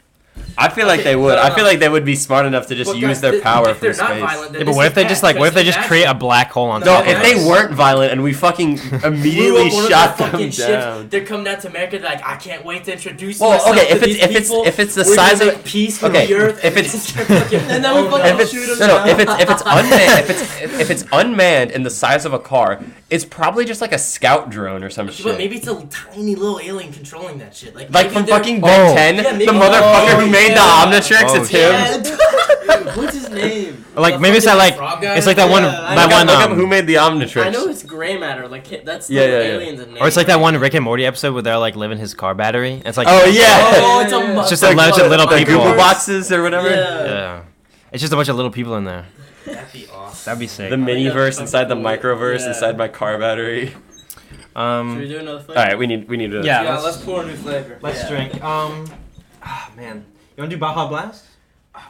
I feel like
Okay,
they would.
no,
I
no.
feel like they would be smart enough to just
But
use
guys,
their
th-
power
if
from
they're
space.
not violent, then
Yeah, but
this
what
is
if they
bad,
just like what if they
because
just
that's-
create a black hole on
No,
No,
top?
if
of
they
us?
weren't violent and we fucking immediately
blew up one of their
shot them
fucking ships.
down.
They're coming out to America. They're like, I can't wait to introduce
Well,
myself
okay,
to
if it's-
these
if it's-
people.
if it's the
We're
size
gonna
of-
make peace from
okay,
the earth.
if
and
it's-
then fucking-
And then we
oh,
fucking
no.
If
shoot
it's
'em
no, no,
down.
if it's if it's unmanned, if it's if it's unmanned and the size of a car, it's probably just like a scout drone or some shit.
But maybe it's a tiny little alien controlling that shit. Like,
like
maybe
from
they're-
fucking
Oh.
Ben Ten,
Yeah,
the
maybe-
motherfucker
Oh,
who made
yeah.
the Omnitrix,
Oh,
it's him.
Yeah, dude. What's his name?
Like
The
maybe it's that like
fucking frog guy?
it's like that one
Yeah, I
that
Look up-
one
look up
um,
who made the Omnitrix.
I know it's gray matter. Like hi- that's the
Yeah, yeah, yeah.
aliens in name.
or it's like that one Rick and Morty episode where they're like living his car battery. It's like
Oh yeah,
Oh, Oh, it's a.
It's just
a
a bunch of little
the
people.
Google boxes or whatever.
Yeah.
yeah. It's just a bunch of little people in there.
That'd be awesome.
That'd be sick.
The mini-verse inside the
Yeah.
microverse inside my car battery.
Should we
Um,
do another flavor?
All right, we need we need to.
Yeah,
Yeah,
let's-
let's, pour a new flavor.
let's
Yeah.
drink. Um, ah, man, you want to do Baja Blast?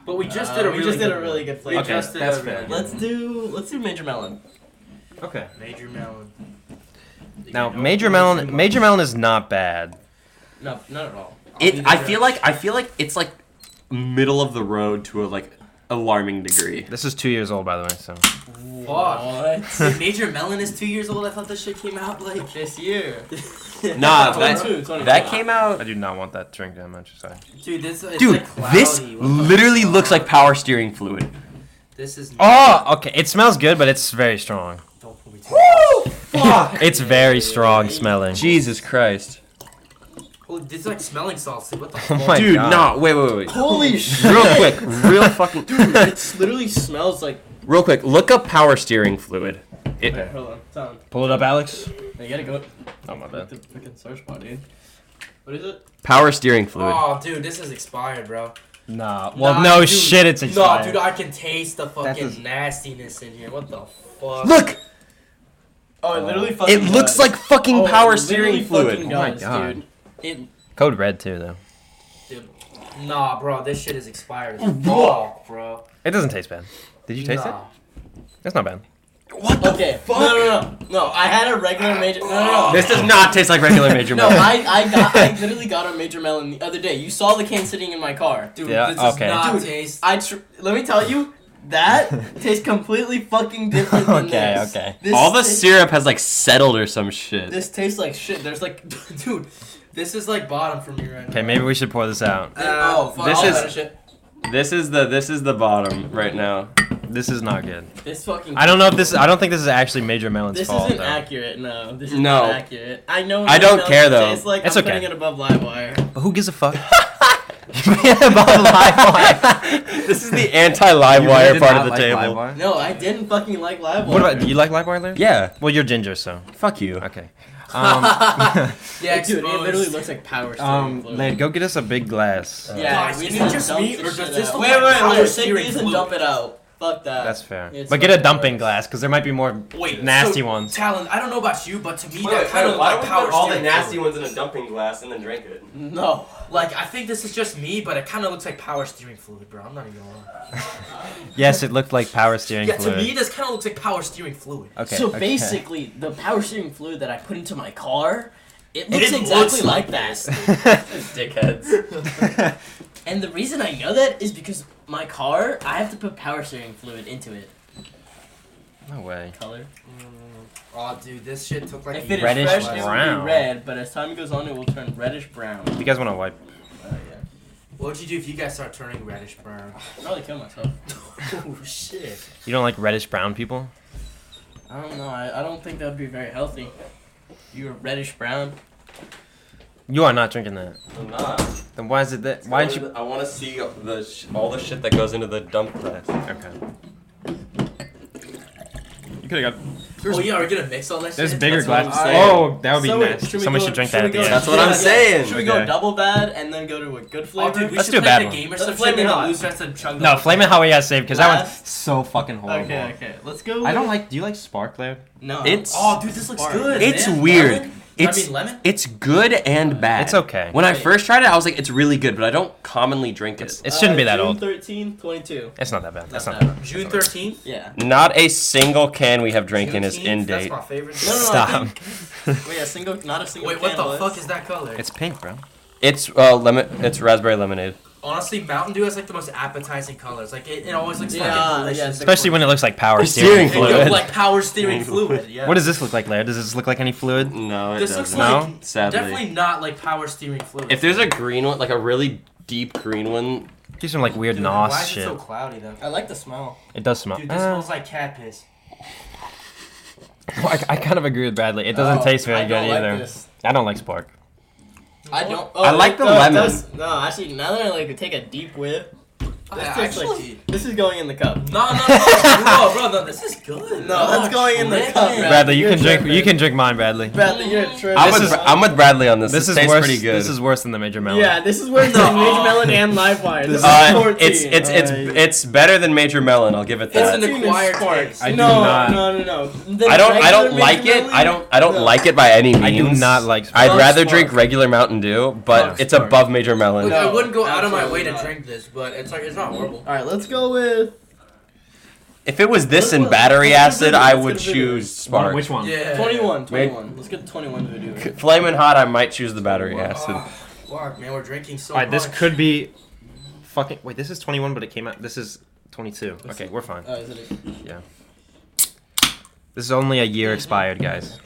But we just
Uh,
did a
we
really
just did
good
a really
one.
good
We
flavor.
Okay,
just did
that's
a really
fair.
good
Let's do let's do Major Melon.
Okay.
one. Major Melon.
Now, Major Melon, Major Melon is not bad.
No, not at all.
It. I feel like I feel like it's like middle of the road to a like alarming degree.
This is two years old, by the way. So
What?
Wait, Major Melon is two years old. I thought this shit came out like.
this year.
Nah, that-
22, 22.
That came out.
I do not want that drink that much. Sorry.
Dude, this it's
Dude,
like cloudy.
this
What the
literally
fuck?
looks like power steering fluid.
This is.
Oh, okay. It smells good, but it's very strong.
Don't put me too much.
Fuck.
It's very strong smelling.
Jesus Christ.
Oh, this is like smelling salty. What the
Oh
fuck?
my
Dude,
God.
nah. Wait, wait, wait.
Holy shit!
Real quick, real fucking.
Dude, it literally smells like.
Real quick, look up power steering fluid. It,
Wait, hold on, sound.
Pull it up, Alex.
You gotta go
Oh my
with the freaking search bar, dude. What is it?
Power steering fluid.
Oh, dude, this is expired, bro.
Nah. Well,
Nah,
no
dude.
shit. It's
No,
expired.
dude, I can taste the fucking
is-
nastiness in here. What the fuck?
Look,
Oh, it literally fucking.
it looks like fucking
Oh, it
power
literally
steering
fucking
fluid.
Oh my
does,
God.
dude. It
Code red too, though.
Dude, nah, bro, this shit is expired as fuck, bro.
It doesn't taste bad. Did you taste it? It's not bad.
What
Okay. No, no, no, no. I had a regular major. No, no, no.
This does not taste like regular major.
no,
Melon.
I, I got, I literally got a major melon the other day. You saw the can sitting in my car.
Dude,
Yeah,
this does
okay.
not
Dude.
taste.
I tr- let me tell you, that tastes completely fucking different than
Okay,
this.
okay.
This
All the
tastes-
syrup has like settled or some shit.
This tastes like shit. There's like, dude.
This is like bottom for me right now.
Okay, maybe we should pour this out.
Uh,
oh, fuck.
this
all
is-
that shit.
This is the this is the bottom right now.
This is not good.
This fucking.
I don't know if this. I don't think this is actually Major Melon's
This
fault.
isn't
though.
accurate. No. This is
No.
not accurate. I know.
I don't
it
care, though.
Tastes like
It's
I'm
okay.
putting it above Livewire.
But who gives a fuck? Above live
this is the anti live wire part of the table.
No, I didn't fucking like Livewire.
What about? Do you like live wire? Larry?
Yeah,
Well, you're ginger, so
fuck you.
okay. Um,
Yeah,
Dude, it literally
exposed.
looks like power. steering
um,
fluid.
Lad, go get us a big glass.
Yeah,
Guys,
we
is
need
it
to
just
dump
me,
this
or
shit
does this
out.
look
Wait,
like
wait,
power
wait. Take
steering
these and
fluid?
dump it out. Fuck that.
That's fair.
It's
but get a
fucking
dumping
gross.
glass, because there might be more
Wait,
nasty
so,
ones.
Talon, I don't know about you, but to me, that kind of like power steering fluid.
ones in a dumping glass and then drink it?
No.
Like, I think this is just me, but it kind of looks like power steering fluid, bro. I'm not even gonna lie.
Yes, it looked like power steering
Yeah,
fluid.
to me, this kind of looks like power steering fluid.
okay.
so
okay.
basically, the power steering fluid that I put into my car, it looks
looks
exactly
like
like that.
Dickheads.
And the reason I know that is because my car, I have to put power steering fluid into it.
no way.
Color.
Oh, dude, this shit took like
If it is
Reddish
fresh, it will
brown.
be red, but as time goes on, it will turn reddish brown.
You guys want to wipe?
Oh yeah.
What would you do if you guys start turning reddish brown?
Probably kill myself.
oh shit.
You don't like reddish brown people?
I don't know. I, I don't think that would be very healthy. You're reddish brown.
You are not drinking that.
I'm not.
Then why is it that? Why didn't you?
I want to see the sh- all the shit that goes into the dump glass.
Okay. You could have got.
oh yeah, we're gonna mix all that
There's
shit.
bigger
That's what I'm
glasses.
saying.
Oh, that would be
So wait,
nice.
should we
Someone
go-
should drink
should
that
we
at the
go-
end.
That's what I'm
Yeah, yeah.
saying.
Should we
Okay.
go double bad and then go to a good
Oh,
flavor?
dude, we
Let's
should
do a
play
bad
the
one.
game or
Let's
some
play
shit. and
Manhot.
The loser has to chug. the
No,
whole
Flame
thing.
and Howie got saved because that one's
Last.
so fucking horrible.
Okay, okay. Let's go.
I don't like. Do you like spark, Larry?
No.
It's-
Oh, dude, this looks
Fart.
good.
It's
man.
weird.
Lemon?
It's
I mean lemon.
It's good and bad.
It's okay.
When I first tried it, I was like, it's really good, but I don't commonly drink it.
It shouldn't be that
Uh, June
old.
13, 22.
It's not that bad. That's
Not
not. Bad.
June thirteenth.
Yeah.
Not a single can we have drank in is in
That's
date.
my favorite.
No, no, no,
Stop.
I think- wait, a single, not a single.
Wait, what
can
the
was.
fuck is that color?
It's pink, bro.
It's uh, lemon. It's raspberry lemonade.
Honestly, Mountain Dew has like the most appetizing colors. Like it, it always looks
Yeah,
fucking
yeah,
delicious.
it's
Especially when it looks like power
Or steering
steering.
It looked
fluid.
like power steering fluid. Yeah.
What does this look like, Larry? Does this look like any fluid?
No,
This looks
doesn't.
like
No?
sadly.
definitely not like power steering fluid.
If there's a green one, like a really deep green one,
Gives some like weird
Dude, why
nos
is it
shit.
so cloudy though?
I like the smell.
It does smell.
Dude, this
Ah.
smells like cat piss.
Well, I, I kind of agree with Bradley. It doesn't
Oh,
taste very
I
good
don't like
either.
this.
I don't like Spark.
I don't. Oh,
I like
it
the
does-
lemon.
does- no, actually, now that I like take a deep whiff,
I
This tastes like-
actually.
This is going in the cup.
No, no, no, bro, bro, no, this is good.
No, that's going in the
Rick.
cup, Brad.
Bradley, you
You're
can drink.
tripping.
You can drink mine, Bradley.
Bradley, you're a trip.
I'm,
This
with,
is-
I'm with Bradley on this.
This
This,
is
tastes
worse.
pretty good.
This is worse than the major melon.
yeah, this is worse
No.
than Midge Melon and Livewire. This
Uh,
is 14.
it's it's it's
Alright.
it's better than Major Melon. I'll give it
It's
that.
an acquired
Corn.
taste.
I do
no,
not-
no, no, no. The
I don't I don't
regular
like it.
Midge
I don't I don't
No.
like it by any means.
I do not like.
I'd
Oh,
rather
smart.
drink regular Mountain Dew, but
Oh,
it's
smart.
above Major Melon.
Look,
No,
I wouldn't go out of my
absolutely
way to
not.
drink this, but it's like it's not horrible.
All right, let's go with
If it was this and
Look,
battery
look, look,
acid,
look,
I
look,
would
look, look.
choose Spark.
Which one?
Yeah.
21. 21. Let's get 21 to do it.
Flamin' hot, I might choose the battery
Wow.
acid.
Ah, fuck, man, we're drinking so
All right, this
much.
could be. Fucking wait, this is 21, but it came out. This is 22. Okay, we're fine.
Oh, is it? a-
This is only a year expired, guys.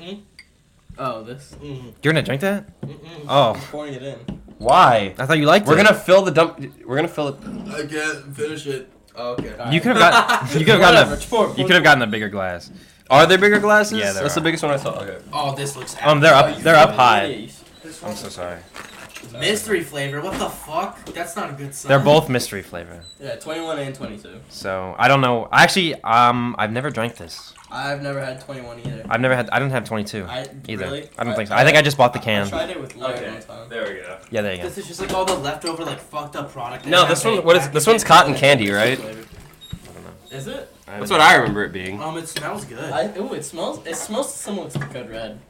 Oh, this.
Mm,
You're gonna drink that?
mm,
I'm
Oh,
pouring it in.
Why?
I thought you liked
We're
it.
gonna fill the dump. We're gonna fill it.
mm. I can't finish it. Oh, okay.
You could have got. You could
Whatever,
have gotten
it's four,
a. You could have gotten a bigger glass.
Are there bigger glasses?
Yeah, there
That's
are.
the biggest one I saw. Okay.
Oh, this looks.
Um, they're
Oh,
up.
you
They're up
fucking
high.
idiot.
I'm so sorry.
Mystery flavor. What the fuck? That's not a good sign.
They're both mystery flavor.
Yeah, 21 and 22.
So I don't know. Actually, um, I've never drank this.
I've never had 21 either.
I've never had. I didn't have 22
I
either.
really?
I don't think so. I think I just bought the
I
can.
tried it with Larry
Okay.
one time.
There we go.
Yeah, there you go.
This is just like all the leftover like fucked up product. they
No,
have
this
made
one. What is
back
this
in
one's
the
cotton
day.
candy, right?
Is it?
That's what I remember it being.
Um, it smells good.
I, ooh, it smells. It smells similar to Code Red.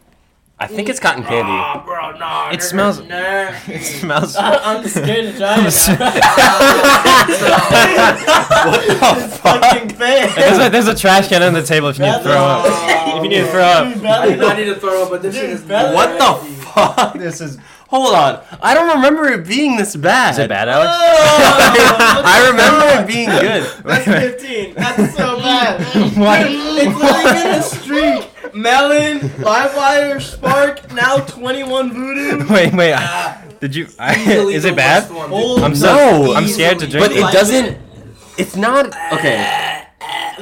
I think it's cotton candy.
Ah, bro, nah,
It
nah,
smells-
nah.
It smells.
I'm scared to try it. now.
what the fuck?
Fucking thing.
There's a, there's a trash can on the table if you need to throw up. If you need to throw up.
I did not need to throw up, but this shit is
Dude,
What the fuck?
This is.
Hold on. I don't remember it being this bad.
Is it bad, Alex?
I remember it being good.
That's 15. That's so bad.
What?
It's like in a streak. Melon, Livewire, Spark, now 21 Voodoo.
Wait, wait. I- Did you? I,
Easily
is
the
it bad?
worst one, dude.
Holy
I'm
No.
so. I'm scared to
Easily.
drink.
But it
this.
doesn't. It's not okay.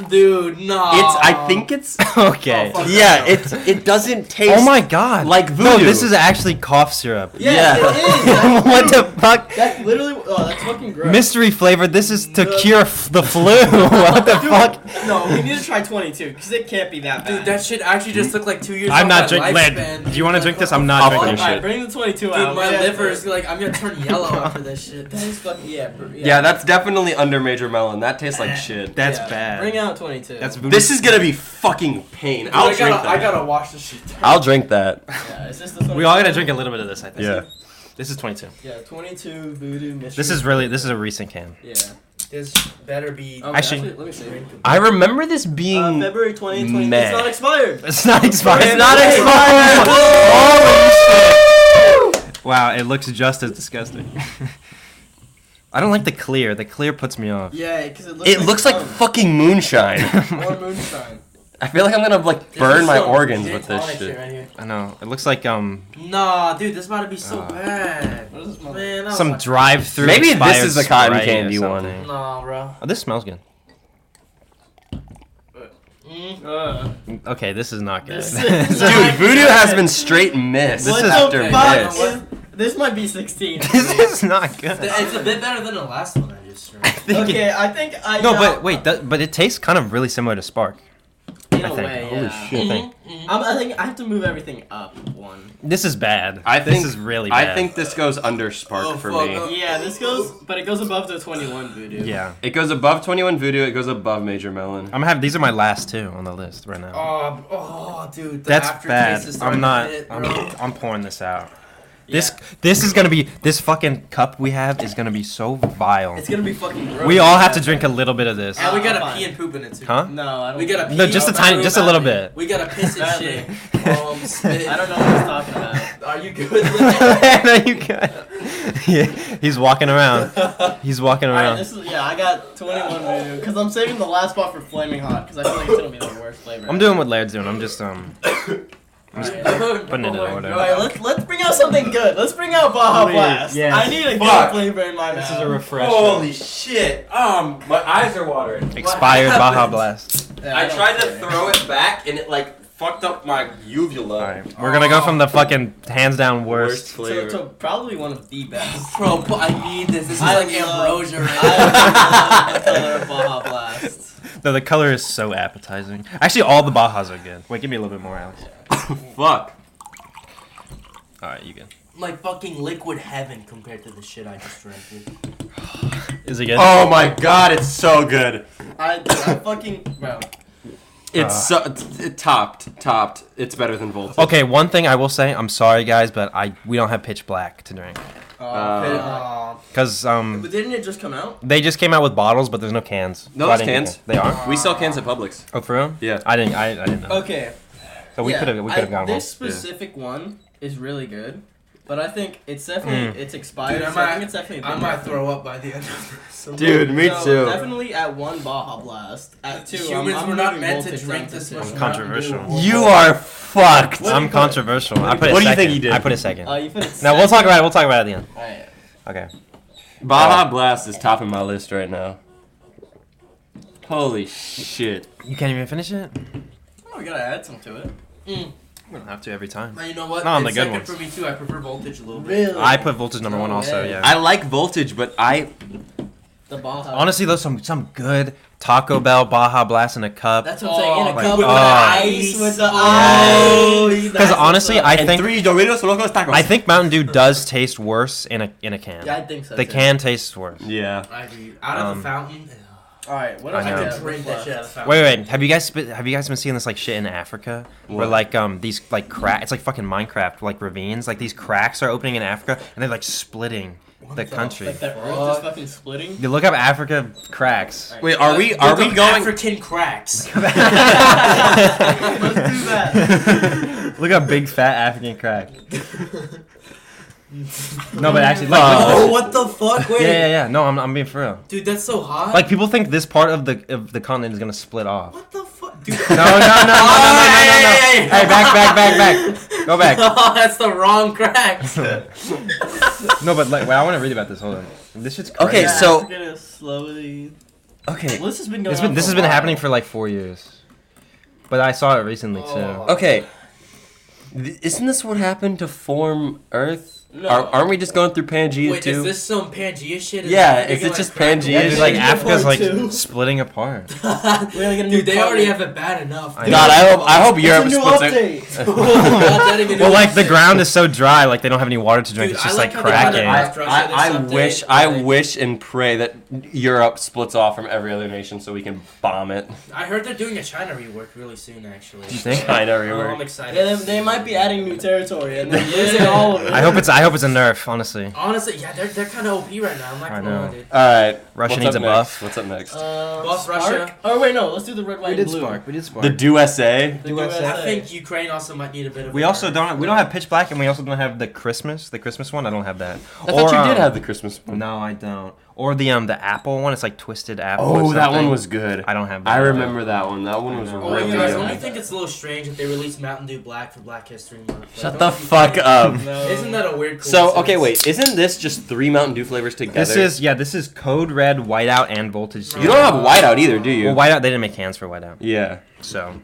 Dude, no.
Um, It's. I think it's.
okay.
Oh, fuck.
Yeah. It's. It doesn't taste.
Oh my god.
Like
No,
voodoo.
this is actually cough syrup.
Yes,
Yeah.
it is. That's-
what the fuck?
That's literally. Oh, that's fucking gross.
Mystery flavor. This is to
No.
cure f- the flu. what the
Dude,
fuck?
No, we need to try 22 because it can't be that bad.
Dude, that shit actually just took like two years.
I'm
off
not
my
drinking. Lad,
lifespan.
do you want to
Like,
drink this?
what
I'm
the
not
fuck?
drinking
Alright,
shit.
bring the 22
fuck?
out.
Dude, my
Yeah.
liver's like I'm gonna turn yellow after this shit.
That is fucking. Yeah, br- yeah.
Yeah, that's definitely under Major Melon. That tastes like shit.
That's
Yeah.
bad.
Bring out 22.
That's voodoo.
This is gonna be fucking pain.
Dude,
I'll
I
drink
gotta,
that.
I gotta wash this shit. down.
I'll drink that.
Yeah, is this the
We all gotta drink a little bit of this. I think.
Yeah.
This is 22.
Yeah, 22 voodoo mystery.
This is really. This is a recent can.
Yeah.
This better be.
Um,
Actually-
let me see.
I remember this being.
Uh, February 2020.
Meh.
It's not expired.
It's not expired.
It's not expired.
Holy shit. Wow, it looks just as disgusting. I don't like the clear. The clear puts me off.
Yeah, because it looks.
it looks like fucking moonshine.
fun. Or moonshine.
I feel like I'm gonna like
This
burn
is
my
some
organs
gin
with this
tonic
shit.
right here.
I know. It looks like um
Nah, dude, this about to be so
Ah.
bad.
What does it smell like?
Man, I was
some
like-
drive-through.
Maybe this
expired
is the cotton
Sprite or
candy one.
something.
Nah, bro.
Oh, this smells good.
Mm.
Uh,
Okay, this is not good.
This
This
is-
is-
Dude, voodoo has been straight miss
what
is
the
after
fuck?
miss.
Is, this might be 16.
this is not good.
It's a bit better than the last one I just drank.
I think
okay,
it-
I think I.
no,
now-
but wait, that, but it tastes kind of really similar to Spark.
In
I
a
think.
way,
Holy
yeah. Mm-hmm.
shit. Thing.
I'm, I think I have to move everything up one.
This is bad.
I
this
think-
is really bad.
I think this goes under spark
Oh,
for
fuck.
me.
Yeah, this goes, but it goes above the 21 voodoo.
Yeah,
It goes above 21 voodoo. It goes above Major Melon.
I'm gonna have these are my last two on the list right now.
Oh, oh, dude. The
That's
aftertaste
bad.
is starting
I'm not.
to hit,
I'm,
bro.
I'm pouring this out. This this is gonna be this fucking cup we have is gonna be so vile.
It's gonna be fucking gross.
We all have to drink a little bit of this,
And we gotta
I'm fine.
pee and poop in it too.
huh?
No, I don't.
We gotta pee.
No, just a tiny, just a little bit.
We gotta piss and shit. Um, spit.
I don't know what he's talking about.
Are you good?
There you go. Yeah, he's walking around. He's walking
Alright,
around.
this is yeah. I got 21 voodoo because I'm saving the last spot for flaming hot because I feel like it's gonna be the worst flavor.
I'm doing what Laird's doing. I'm just um.
Putting
it in order.
Alright, let's let's bring out something good. Let's bring out Baja
Please,
Blast.
yes.
I need a good
Fuck.
flavor in my mouth.
refresher.
shit! Um, my eyes are watering.
Expired
What
Baja
happened?
Blast.
Yeah, don't care.
it back and it like
fucked up my uvula.
All right, we're gonna go from the fucking hands down
Worst
worst.
So,
flavor.
so probably one of the best.
Bro, but I need this. This is
I
like
love-
ambrosia.
I love the color of Baja Blast.
No, the color is so appetizing. Actually, all the Bajas are good. Wait, give me a little bit more, Alex.
Fuck.
All right, you good?
like fucking liquid heaven compared to the shit I just drank. dude.
Is it good?
Oh my god, it's so good.
I, I fucking bro.
Uh,
It's so t- topped, topped. It's better than Voltage.
Okay, one thing I will say, I'm sorry guys, but I we don't have Pitch Black to drink
Oh,
Uh,
because um
but didn't it just come out?
they just came out with bottles, but there's no cans.
No,
So I
there's
didn't get
cans.
them. They are.
We sell cans at Publix.
Oh, for real?
Yeah.
I didn't. I, I didn't know.
Okay.
So we
Oh, yeah,
could have. We
I-
could have gone.
This
yeah.
specific one is really good, but I think it's definitely
Mm.
it's expired.
Dude, I
so I
might-
think it's definitely. a
I
bit
might
different.
throw up by the end of this.
Dude, me
So,
too.
Definitely at one Baja Blast.
Uh,
At two, I'm-
Humans
I'm
were not
moving
meant to
voltage
drink
down
this
two.
much.
Controversial.
Mountain Dew.
You are fucked.
What do
I'm
you put it?
controversial. I put it
What do you
second.
think he did?
I put it second.
Uh, you put it
now we'll talk about it. We'll talk about it at the end.
Alright.
Okay.
Baja Blast is topping my list right now. Holy shit.
You can't even finish it.
Oh, we gotta add some to it.
I'm gonna have to every time.
Now, you know what?
Not on the
It's
good
second
ones.
for me too. I prefer voltage a little bit.
Really?
I put Voltage number one also.
Okay.
Yeah.
I like Voltage, but I
the Baja.
Honestly, though, some some good Taco Bell Baja Blast in a cup.
that's what I'm saying. In a
Oh,
cup
my
with the
God.
ice, with the
Yes.
ice.
Because honestly, I
and
think
three Doritos Locos Tacos.
I think Mountain Dew does taste worse in a in a can.
Yeah, I think so.
the
too.
can tastes worse. Wait,
Yeah.
I agree. Out of
Um,
the fountain.
All right. What
I
else
know.
we
I
got
could drink that shit out of the fountain.
wait, wait. Have you guys been- have you guys been seeing this like shit in Africa where
What?
like um these like crack it's like fucking Minecraft like ravines like these cracks are opening in Africa and they're like splitting the country.
Like that earth is fucking splitting.
You look up Africa cracks.
Wait, are we are
Look
we
up
going
African cracks?
Let's do that.
Look up big fat African crack. no, but actually, look.
No.
oh,
look, look.
what the fuck? Wait,
Uh, Yeah, yeah, yeah. No, I'm, I'm being for real.
dude, that's so hot.
Like people think this part of the of the continent is gonna split off.
what the fuck, dude?
No, no, no, no, no, no, no, no, no.
Hey, hey, hey.
Hey, back, back, back, back. Go back.
oh, that's the wrong cracks.
No, but like, wait, I want to read about this. Hold on. This shit's crazy.
Okay,
Yeah,
so-
we're gonna slowly.
Okay.
Well, this has been going.
It's been,
on
this
for
has
a
been
while.
happening for like four years, but I saw it recently
Oh.
too.
Okay. Th- Isn't this what happened to form Earth?
No.
Are, aren't we just going through Pangea
Wait,
too?
is this some Pangea shit?
Yeah,
that
is
nigga,
it just
crack-
Pangea?
Yeah, dude, like
Yeah.
Africa's like
Too.
splitting apart.
We're gonna get a new
Dude, they already
continent.
have it bad enough.
I
dude.
God, I hope I hope
It's
Europe
a new
splits it.
update.
Not that even
Well,
new
like the
shit.
ground is so dry, like they don't have any water to drink.
Dude,
it's
I
just
like
like,
how they got it
cracking.
right.
I, I, I
Russia, this
wish
update,
I
like-
wish and pray that Europe splits off from every other nation so we can bomb it.
I heard they're doing a China rework really soon, actually.
You think?
China
Oh, I'm
rework.
excited.
Yeah, they, they might be adding new territory and then
Yeah.
losing all of it.
I hope it's I hope it's a nerf. Honestly,
Honestly, yeah, they're, they're kind of OP right now. I'm not
I
gonna lie,
know.
dude.
All right.
Russia
what's
needs
up
a
next?
buff.
What's up next?
Uh,
Buff
Spark?
Russia.
Oh wait, no. Let's do the red, white, and blue.
We did spark.
the USA.
The
Do
USA.
I
I think Ukraine also might need a bit of.
we
a
also
nerf.
don't we don't have pitch black, and we also don't have the Christmas the Christmas one. I don't have that.
I thought you did
um,
have the Christmas one.
No, I don't. Or the um the apple one. It's like twisted apple. or
Oh, that
something.
one was good.
I don't have. that
I
either.
remember that one. That one was
Oh,
really
you guys only
good.
think it's a little strange that they released Mountain Dew Black for Black History Month. Like,
Shut the
don't you
fuck
think-
up.
No.
Isn't that a weird?
So okay,
coincidence?
wait. Isn't this just three Mountain Dew flavors together?
This is yeah. This is code red, whiteout, and voltage.
You don't have whiteout either, do you?
Well, whiteout. They didn't make hands for whiteout.
yeah.
So,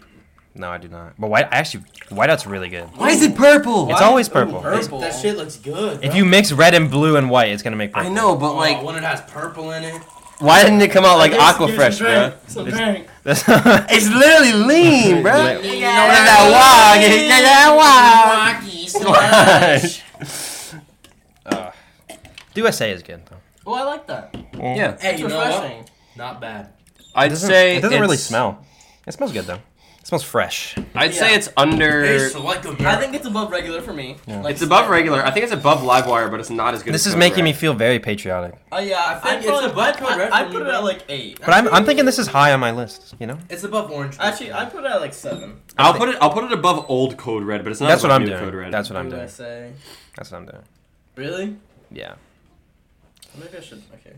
no, I do not. But white. Actually, whiteout's really good.
Why is it purple?
It's always purple.
purple.
That shit looks good.
If
bro.
you mix red and blue and white, it's gonna make. Purple.
I know, but
Oh,
like,
when it has purple in it.
why didn't it come out like
Give us- give us
Aquafresh,
a
bro?
drink, Some drink.
That's-
It's literally lean, bro.
Yeah.
Get that wog, get that
Slash.
The USA is good though.
Oh, I like that. It's
wog. Yeah,
Hey, you know what?
refreshing.
Not bad.
I'd
It doesn't,
say
it doesn't really
it's-
smell. It smells good though. It smells fresh.
I'd
Yeah.
say it's under.
Tastes like a
I think it's above regular for me.
Yeah.
Like,
It's above regular. I think it's above Livewire, but it's not as good.
This
as
is making me
Code
feel very patriotic.
Oh yeah, I
I
think
think it's above code red
I, I
for
put
me,
it at
bro.
like eight.
But I'm, I'm thinking this is high on my list. You know,
it's above orange. juice.
Actually, I put it at like seven.
Red. I'll put it. I'll put it above old Code Red, but it's not.
that's
above
what I'm
new Code
doing.
Red.
That's what I'm doing.
USA.
That's what I'm doing.
Really?
Yeah.
Maybe I should. Okay.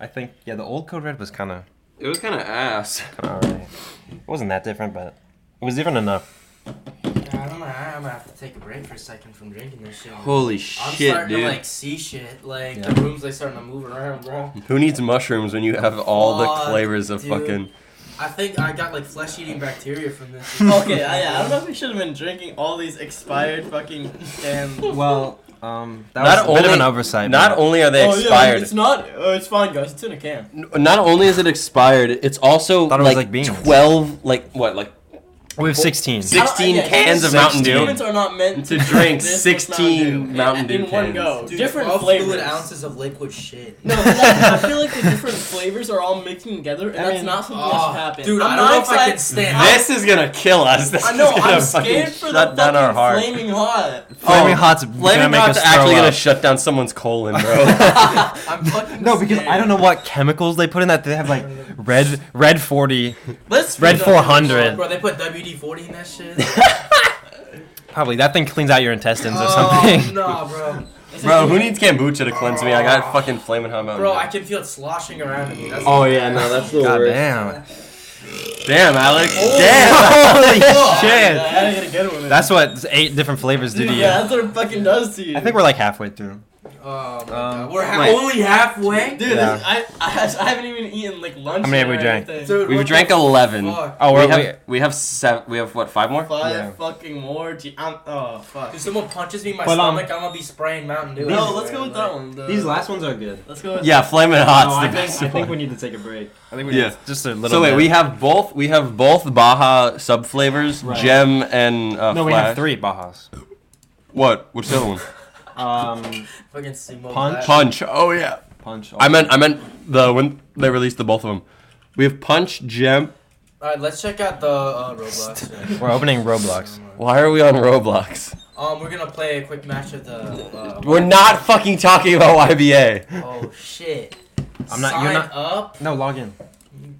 I think yeah, the old code red was kind of
it was kind of ass.
kind of alright. It wasn't that different, but it was different enough.
Yeah, I'm, gonna, I'm gonna have to take a break for a second from drinking this shit.
Holy
I'm
shit,
starting
dude!
to like see shit. Like
Yeah.
the rooms, like starting to move around, bro.
Who needs mushrooms when you have all the
Aw,
flavors of
dude.
fucking?
I think I got like flesh eating bacteria from this.
okay, I, yeah, I don't know if we should have been drinking all these expired fucking damn.
Well, um, that
Not
was a bit of
only-
an oversight.
Not
but-
only are they
oh,
expired,
Yeah, it's not. Oh, it's fine, guys. It's in a can.
n- not only is it expired, it's also
Thought it was
like,
like beans.
twelve, like what, like
we have 16.
I don't-
16
yeah,
cans of Mountain Dew.
Humans are not meant
To drink
this much
16 Mountain
in,
Dew
in one
cans.
go.
Dude,
different
12
flavors.
fluid ounces of liquid shit.
No, but like, I feel like the different flavors are all mixing together, and
I
that's
mean-
not something that
Oh,
should happen.
dude,
I'm
I don't
not
know if I
excited-
can stand
I'm-
this is gonna kill us. This
I know.
is gonna
I'm
fucking
scared for the
shut down our
fucking
heart.
flaming hot.
Flaming
Oh,
Hot's gonna
Flaming
make
Hot's
us
actually
throw
gonna
up.
shut down someone's colon, bro.
I'm fucking
no, because
scared.
I don't know what chemicals they put in that. They have like red, red 40,
Let's
red
speed up.
400.
Bro, they put WD forty in that shit.
Probably that thing cleans out your intestines or
oh
something.
no, bro.
bro, who needs kombucha to cleanse me? I got fucking flaming hot mountain.
Bro,
Dew.
I can feel it sloshing around me. That's
Oh yeah, no, that's the
God
worst.
damn.
Damn, Alex.
Oh.
Damn.
Holy
Oh, yeah, I
shit.
gotta get a good one. in.
That's what eight different flavors do
Dude,
to you.
yeah, that's what it fucking does to you.
I think we're like halfway through.
Oh my
Um,
god. We're ha-
wait.
only halfway.
Dude,
Yeah.
this, I, I I haven't even eaten like lunch.
How many have we
or
drank?
anything.
Dude,
We've
what
drank
the
eleven.
fuck?
Oh,
we
we're,
have
we-
we have seven. We have what? Five more.
Five
Yeah.
fucking more. Gee, I'm, oh fuck.
If someone punches me in my
But, um,
stomach, I'm gonna be spraying Mountain Dew.
No,
everywhere,
let's go with
like-
that one. The,
ones are good.
Let's go with
Yeah, flaming hot's the best one.
need to take a break. I think we
Yeah.
need just a little.
So wait,
bit.
we have both. We have both Baja sub flavors,
Right.
gem and uh,
no, we
Flash.
have three Bajas.
What? What's the other one?
Um,
Fucking Simo
Punch?
Black.
Punch. Oh yeah.
punch.
I meant. I meant the when they released the both of them. We have punch, gem.
Alright, let's check out the uh, Roblox. yeah.
We're opening Roblox.
Why are we on Roblox?
Um, we're gonna play a quick match of the. Uh,
We're not fucking talking about YBA.
Oh shit.
I'm not-
Sign
you're not-
up.
No, log in.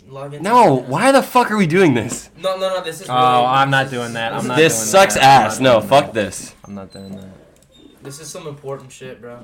Log in.
No. Why the fuck are we doing this?
No, no, no. This is.
Oh,
really-
I'm not
this is-
doing that. I'm not.
this
doing
sucks
that. I'm
ass.
not
No,
doing
fuck
that.
this.
I'm not doing that.
This is some important shit, bro.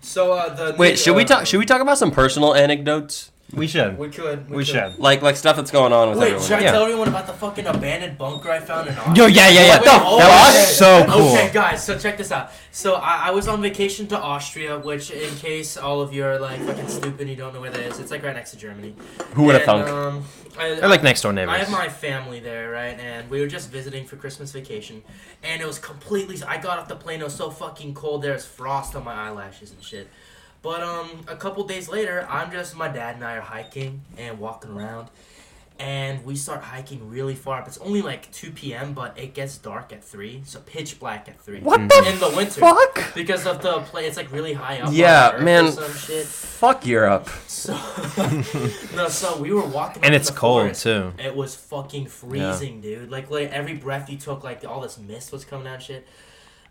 So uh, the.
Wait, should we
uh,
talk? Should we talk about some personal anecdotes?
We should.
We could.
We should.
Like like stuff that's going on with
Wait,
everyone.
should I
Yeah.
tell everyone about the fucking abandoned bunker I found in Austin?
Yo, yeah, yeah, yeah.
Wait,
That
oh,
was
okay.
so cool.
Okay, guys, so check this out. So I, I was on vacation to Austria, which, in case all of you are like fucking stupid and you don't know where that is, it's like right next to Germany.
Who would have
And,
thunk?
Um, I,
They're like next door
I have
neighbors.
my family there, right? And we were just visiting for Christmas vacation, and it was completely. I got off the plane. It was so fucking cold. There's frost on my eyelashes and shit. But um, a couple days later, I'm just my dad and I are hiking and walking around, and we start hiking really far up. It's only like 2 p.m., but it gets dark at three, so pitch black at three.
What the
In the winter,
fuck?
because of the play, it's like really high up. on
Yeah,
the Earth or
man.
Some shit.
Fuck Europe.
So, no, so we were walking.
And
up in
it's
the
cold
forest.
too.
It was fucking freezing, dude. Like, like every breath you took, like all this mist was coming out and shit.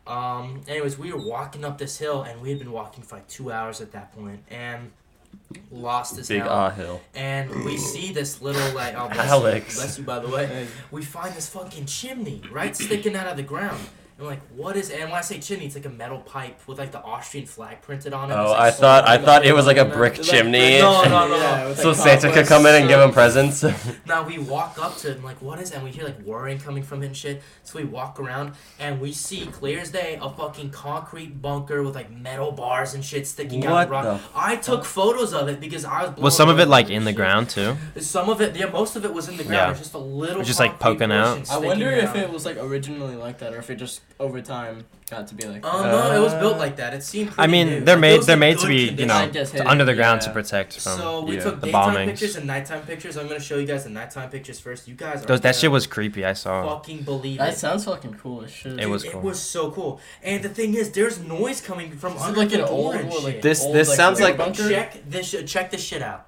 Um, anyways, we were walking up this hill, and we had been walking for like two hours at that point, and lost as
Big
hell.
ah hill.
And we see this little like oh, bless
Alex.
You, bless you, by the way. We find this fucking chimney right sticking out of the ground. And we're like, what is? And when I say chimney, it's like a metal pipe with like the Austrian flag printed on it. It's,
Oh,
like,
I
so
thought I
fucking
thought it was like a
cool.
brick
Like,
chimney.
No, no, no,
Yeah,
no.
with
So
the
Santa could
complex.
come in and give him presents.
Now we walk up to it and like, what is that? And we hear like whirring coming from it and shit. So we walk around and we see clear as day a fucking concrete bunker with like metal bars and shit sticking out of the
What
rock.
the
I took photos of it because I was. blown
Was some of
away
it like
by
in the
shit.
ground too?
Some of it, yeah, most of it was in the ground.
Yeah.
It was just a little.
was just, like,
concrete
poking
bush
out.
and
I wonder
sticking
if
out.
it was like originally like that, or if it just over time got to be like.
Um, no, it was built
Uh,
like that. It seemed. Pretty
I mean,
new.
they're
Like, it
made.
was
They're
in
made to
good
be, you
condition.
know,
I just
to-
hit
under the
it,
ground to
yeah.
protect from.
So we
yeah.
took
The
daytime
bombings.
pictures and nighttime pictures. I'm gonna show you guys the nighttime pictures first. You guys are.
Those, that
gonna
shit was creepy. I saw.
Fucking believe
That
it.
sounds fucking cool as shit.
It was
Dude,
cool.
It was so cool. And the thing is, there's noise coming from
Is it
under
like
the
an old
door
one,
and
like
shit.
This-
old,
this sounds
brick
like-
bunker?
check this. Sh- check this shit out.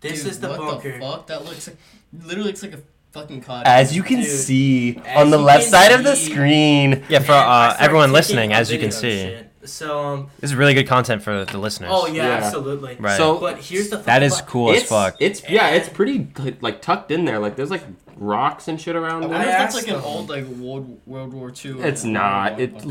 This
Dude,
is the
what
bunker.
The fuck? That looks like, literally looks like a fucking cottage.
As you can
Dude,
see
as
on the
you
left
can
side of the
see-
screen,
Yeah, for
And I
uh,
started
everyone
taking
listening,
a
as you
video
can
of
see,
shit. So, um,
this is really good content for the listeners.
oh yeah,
Yeah.
absolutely.
Right.
So-
but here's the.
that
thing
is
about-
cool as fuck.
It's
yeah, it's
pretty like tucked in there. Like there's like rocks and shit around
I
there.
wonder if that's like an
asked them.
old like World World War Two.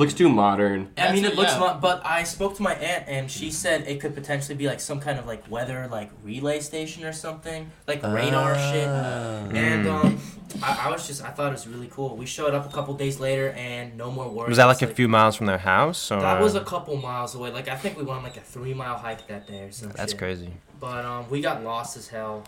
too modern.
I mean, it
That's-
looks
yeah.
not, but I spoke to my aunt and she said it could potentially be like some kind of like weather, like relay station or something, like radar
Ah.
shit.
Ah.
And
Hmm.
um, I, I was just, I thought it was really cool. We showed up a couple days later and no more worries.
Was that like a
Like,
few miles from their house? Or?
That was a couple miles away. Like I think we went on like a three mile hike that day or something.
That's crazy.
But um, we got lost as hell.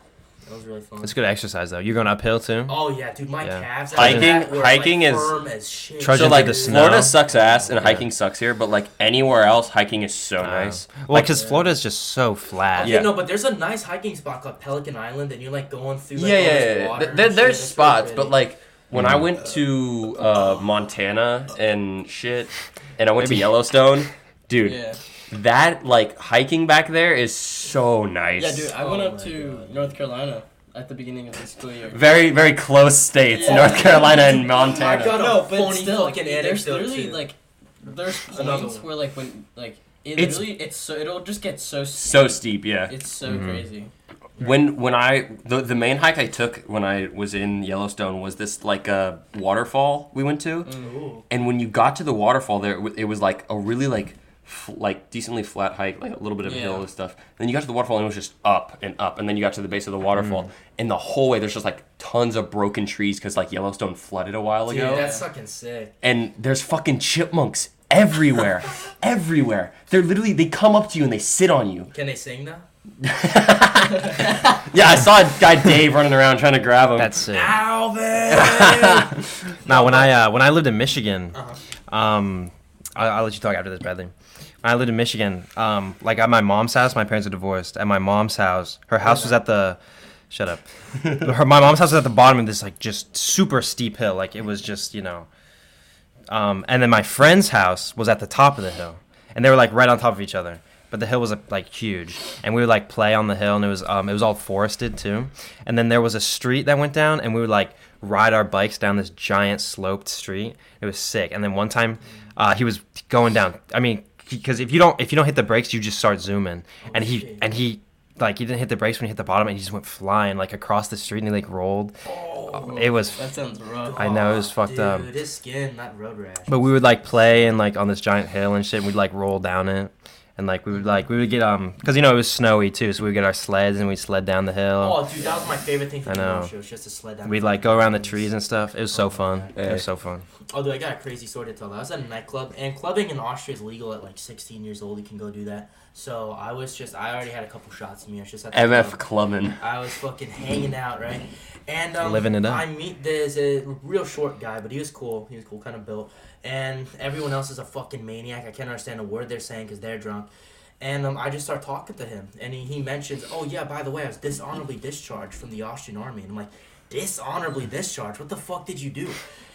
That was really fun.
It's good exercise though. You're going uphill too.
Oh yeah, dude, my
Yeah.
calves.
Hiking-
after that were,
hiking
like,
is-
firm as shit.
so
Trudging through
like
the snow.
Florida sucks ass and hiking sucks here, but like anywhere else, hiking is so nice.
Well,
Like,
because Florida's just so flat.
Okay,
Yeah.
no, but there's a nice hiking spot called Pelican Island, and you're like going through. Like,
yeah,
all
yeah,
this
yeah, yeah.
water and
There-
shit,
there's
it's really
spots, but
pretty.
like when I went to uh, Montana and shit, and I went to Yellowstone, dude,
Yeah.
that like hiking back there is so nice.
Yeah, dude, I
Oh
went up
my
to
God.
North Carolina at the beginning of the school year.
Very, very close states,
Yeah. Oh
North Carolina and
I
Montana.
got a
no, but
phony
still,
fucking
there's
anecdote,
literally
too.
like, there's
Another
points
one.
where like when like it
It's-
literally it's so it'll just get so
so
steep.
steep, yeah.
it's so
Mm-hmm.
Mhm.
crazy.
When when I the, the main hike I took when I was in Yellowstone was this like a waterfall we went to,
Ooh.
and when you got to the waterfall there, it wa- it was like a really like f- like decently flat hike, like a little bit of a hill
Yeah.
and stuff. And then you got to the waterfall and it was just up and up, and then you got to the base of the waterfall, and the whole way there's just like tons of broken trees because like Yellowstone flooded a while
Dude,
ago,
that's fucking sick.
and there's fucking chipmunks everywhere, everywhere. They're literally they come up to you and they sit on you.
Can they sing now?
Yeah, I saw a guy Dave running around trying to grab him.
That's it.
Alvin.
Now, when I uh, when I lived in Michigan,
Uh-huh.
um, I, I'll let you talk after this, Bradley. When I lived in Michigan, um, like at my mom's house, my parents are divorced. At my mom's house, her house was at the, shut up. her my mom's house was at the bottom of this like just super steep hill. Like it was just you know, um, and then my friend's house was at the top of the hill, and they were like right on top of each other. But the hill was like huge, and we would like play on the hill, and it was um, it was all forested too. And then there was a street that went down, and we would like ride our bikes down this giant sloped street. It was sick. And then one time, uh, he was going down. I mean, because if you don't if you don't hit the brakes, you just start zooming. and he
shit.
and he like he didn't hit the brakes when he hit the bottom, and he just went flying like across the street, and he like rolled. It was
That sounds rough.
I know, it was fucked
dude,
up.
Dude, his skin, not road rash.
but we would like play and like on this giant hill and shit. And we'd like roll down it, and like we would like we would get um because you know it was snowy too, so we would get our sleds and we'd sled down the hill.
Oh, dude, that was my favorite thing from
I
the
know.
Mom show. was just to sled down.
We'd like go around the trees and stuff. It was so fun. It
Hey.
was so fun.
Oh, dude, I got a crazy story to tell. I was at a nightclub, and clubbing in Austria is legal at like 16 years old. You can go do that. So I was just, I already had a couple shots in me. I was just at the
MF
club.
Clubman.
I was fucking hanging out, right? And um,
Living it up.
I meet this uh, real short guy, but he was cool. He was cool, kind of built. And everyone else is a fucking maniac. I can't understand a word they're saying because they're drunk. And um, I just start talking to him, and he, he mentions, "Oh yeah, by the way, I was dishonorably discharged from the Austrian army." And I'm like, "Dishonorably discharged? What the fuck did you do?"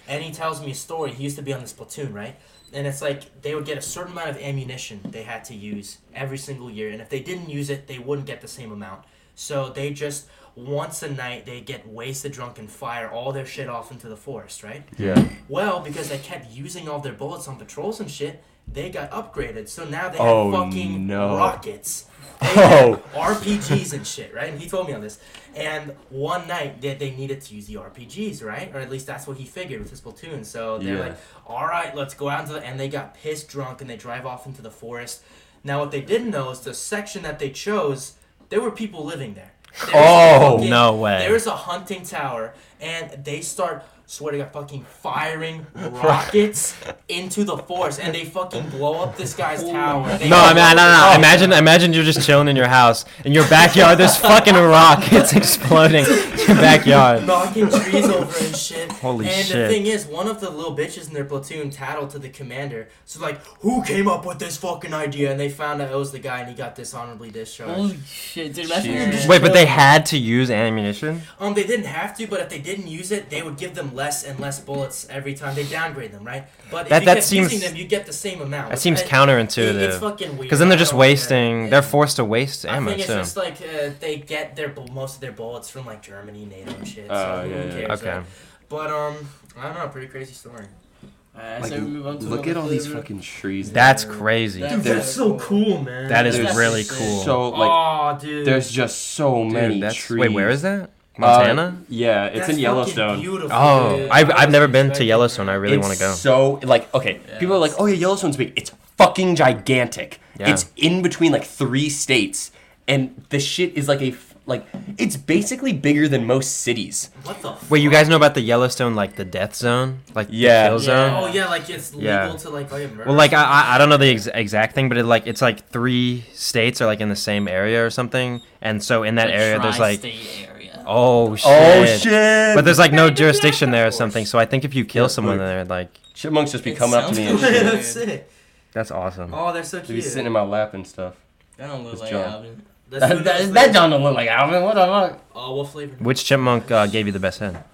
And he tells me a story. He used to be on this platoon, right? And it's like they would get a certain amount of ammunition they had to use every single year, and if they didn't use it, they wouldn't get the same amount. So they just once a night they get wasted drunk and fire all their shit off into the forest, right?
Yeah.
Well, because they kept using all their bullets on patrols and shit, they got upgraded. So now they
Oh,
have fucking
no.
rockets. They
Oh.
have RPGs and shit, right? And he told me on this. And one night that they, needed to use the RPGs, right? Or at least that's what he figured with his platoon. So they're
Yeah.
like, all right, let's go out into the. And they got pissed drunk and they drive off into the forest. Now, what they didn't know is the section that they chose, there were people living there. There was
Oh,
fucking-
no way.
There was a hunting tower, and they start, swear to God, fucking firing rockets into the forest, and they fucking blow up this guy's tower. They
No, I
blow
mean, no,
up this
no.
guy's
Imagine,
tower.
imagine you're just chilling in your house, in your backyard. There's fucking rockets exploding in your backyard.
knocking trees over and shit.
Holy
and
shit.
the thing is, one of the little bitches in their platoon tattled to the commander. So like, who came up with this fucking idea? And they found out it was the guy, and he got dishonorably discharged.
Holy shit, dude! Imagine you're
Jeez.
just
Wait, but they
chilling.
had to use ammunition.
Um, they didn't have to, but if they didn't use it, they would give them less and less bullets every time. They downgrade them, right? But
That-
if you
that
kept
seems-
using them, you get the same amount.
That seems
I-
counterintuitive.
It's fucking weird.
Because then they're just
I don't get it.
wasting. They're forced to waste
I
ammo
think it's
too.
just like uh, they get their bu- most of their bullets from like Germany, NATO, and shit. So
Oh,
who
yeah, yeah.
cares?
Okay.
right? But um, I don't know. Pretty crazy story.
Alright, so we move on to
look
another
at all these
flavor.
fucking trees.
That's crazy.
Dude, Dude, that's so
cool, man.
That is
That's
really
sick.
cool.
So like,
oh, dude.
there's just so many
Dude, that's,
trees.
wait, where is that?
Uh,
Montana?
yeah, it's
That's
in
fucking
Yellowstone.
Beautiful,
oh,
dude.
I've,
I
I've
was
never been to
expecting
Yellowstone.
that.
I really
It's
want to go.
So like, okay, people are like, oh yeah, Yellowstone's big. It's fucking gigantic.
Yeah.
It's in between like three states, and the shit is like a f- like it's basically bigger than most cities.
What the?
Wait, you guys know about the Yellowstone, like the death zone, like
Yeah.
the kill
Yeah.
zone?
Oh yeah, like it's legal
Yeah.
to like. Oh, yeah, murder.
Well, like I, I I don't know the ex- exact thing, but it like it's like three states are like in the same area or something, and so in that
The
area there's like
tri-state area.
Oh shit.
Oh shit!
But there's like no jurisdiction there or something, so I think if you kill
Yeah,
someone
look.
there, like
chipmunks just be
It
coming up to me and
sounds
shit.
good.
That's sick.
that's awesome.
Oh, they're so
They be
cute.
sitting in my lap and stuff.
That don't look
It's
like
John.
Alvin.
Let's do another flavor.
John don't look like Alvin. What the fuck?
Oh, what flavor?
Which chipmunk uh, gave you the best head?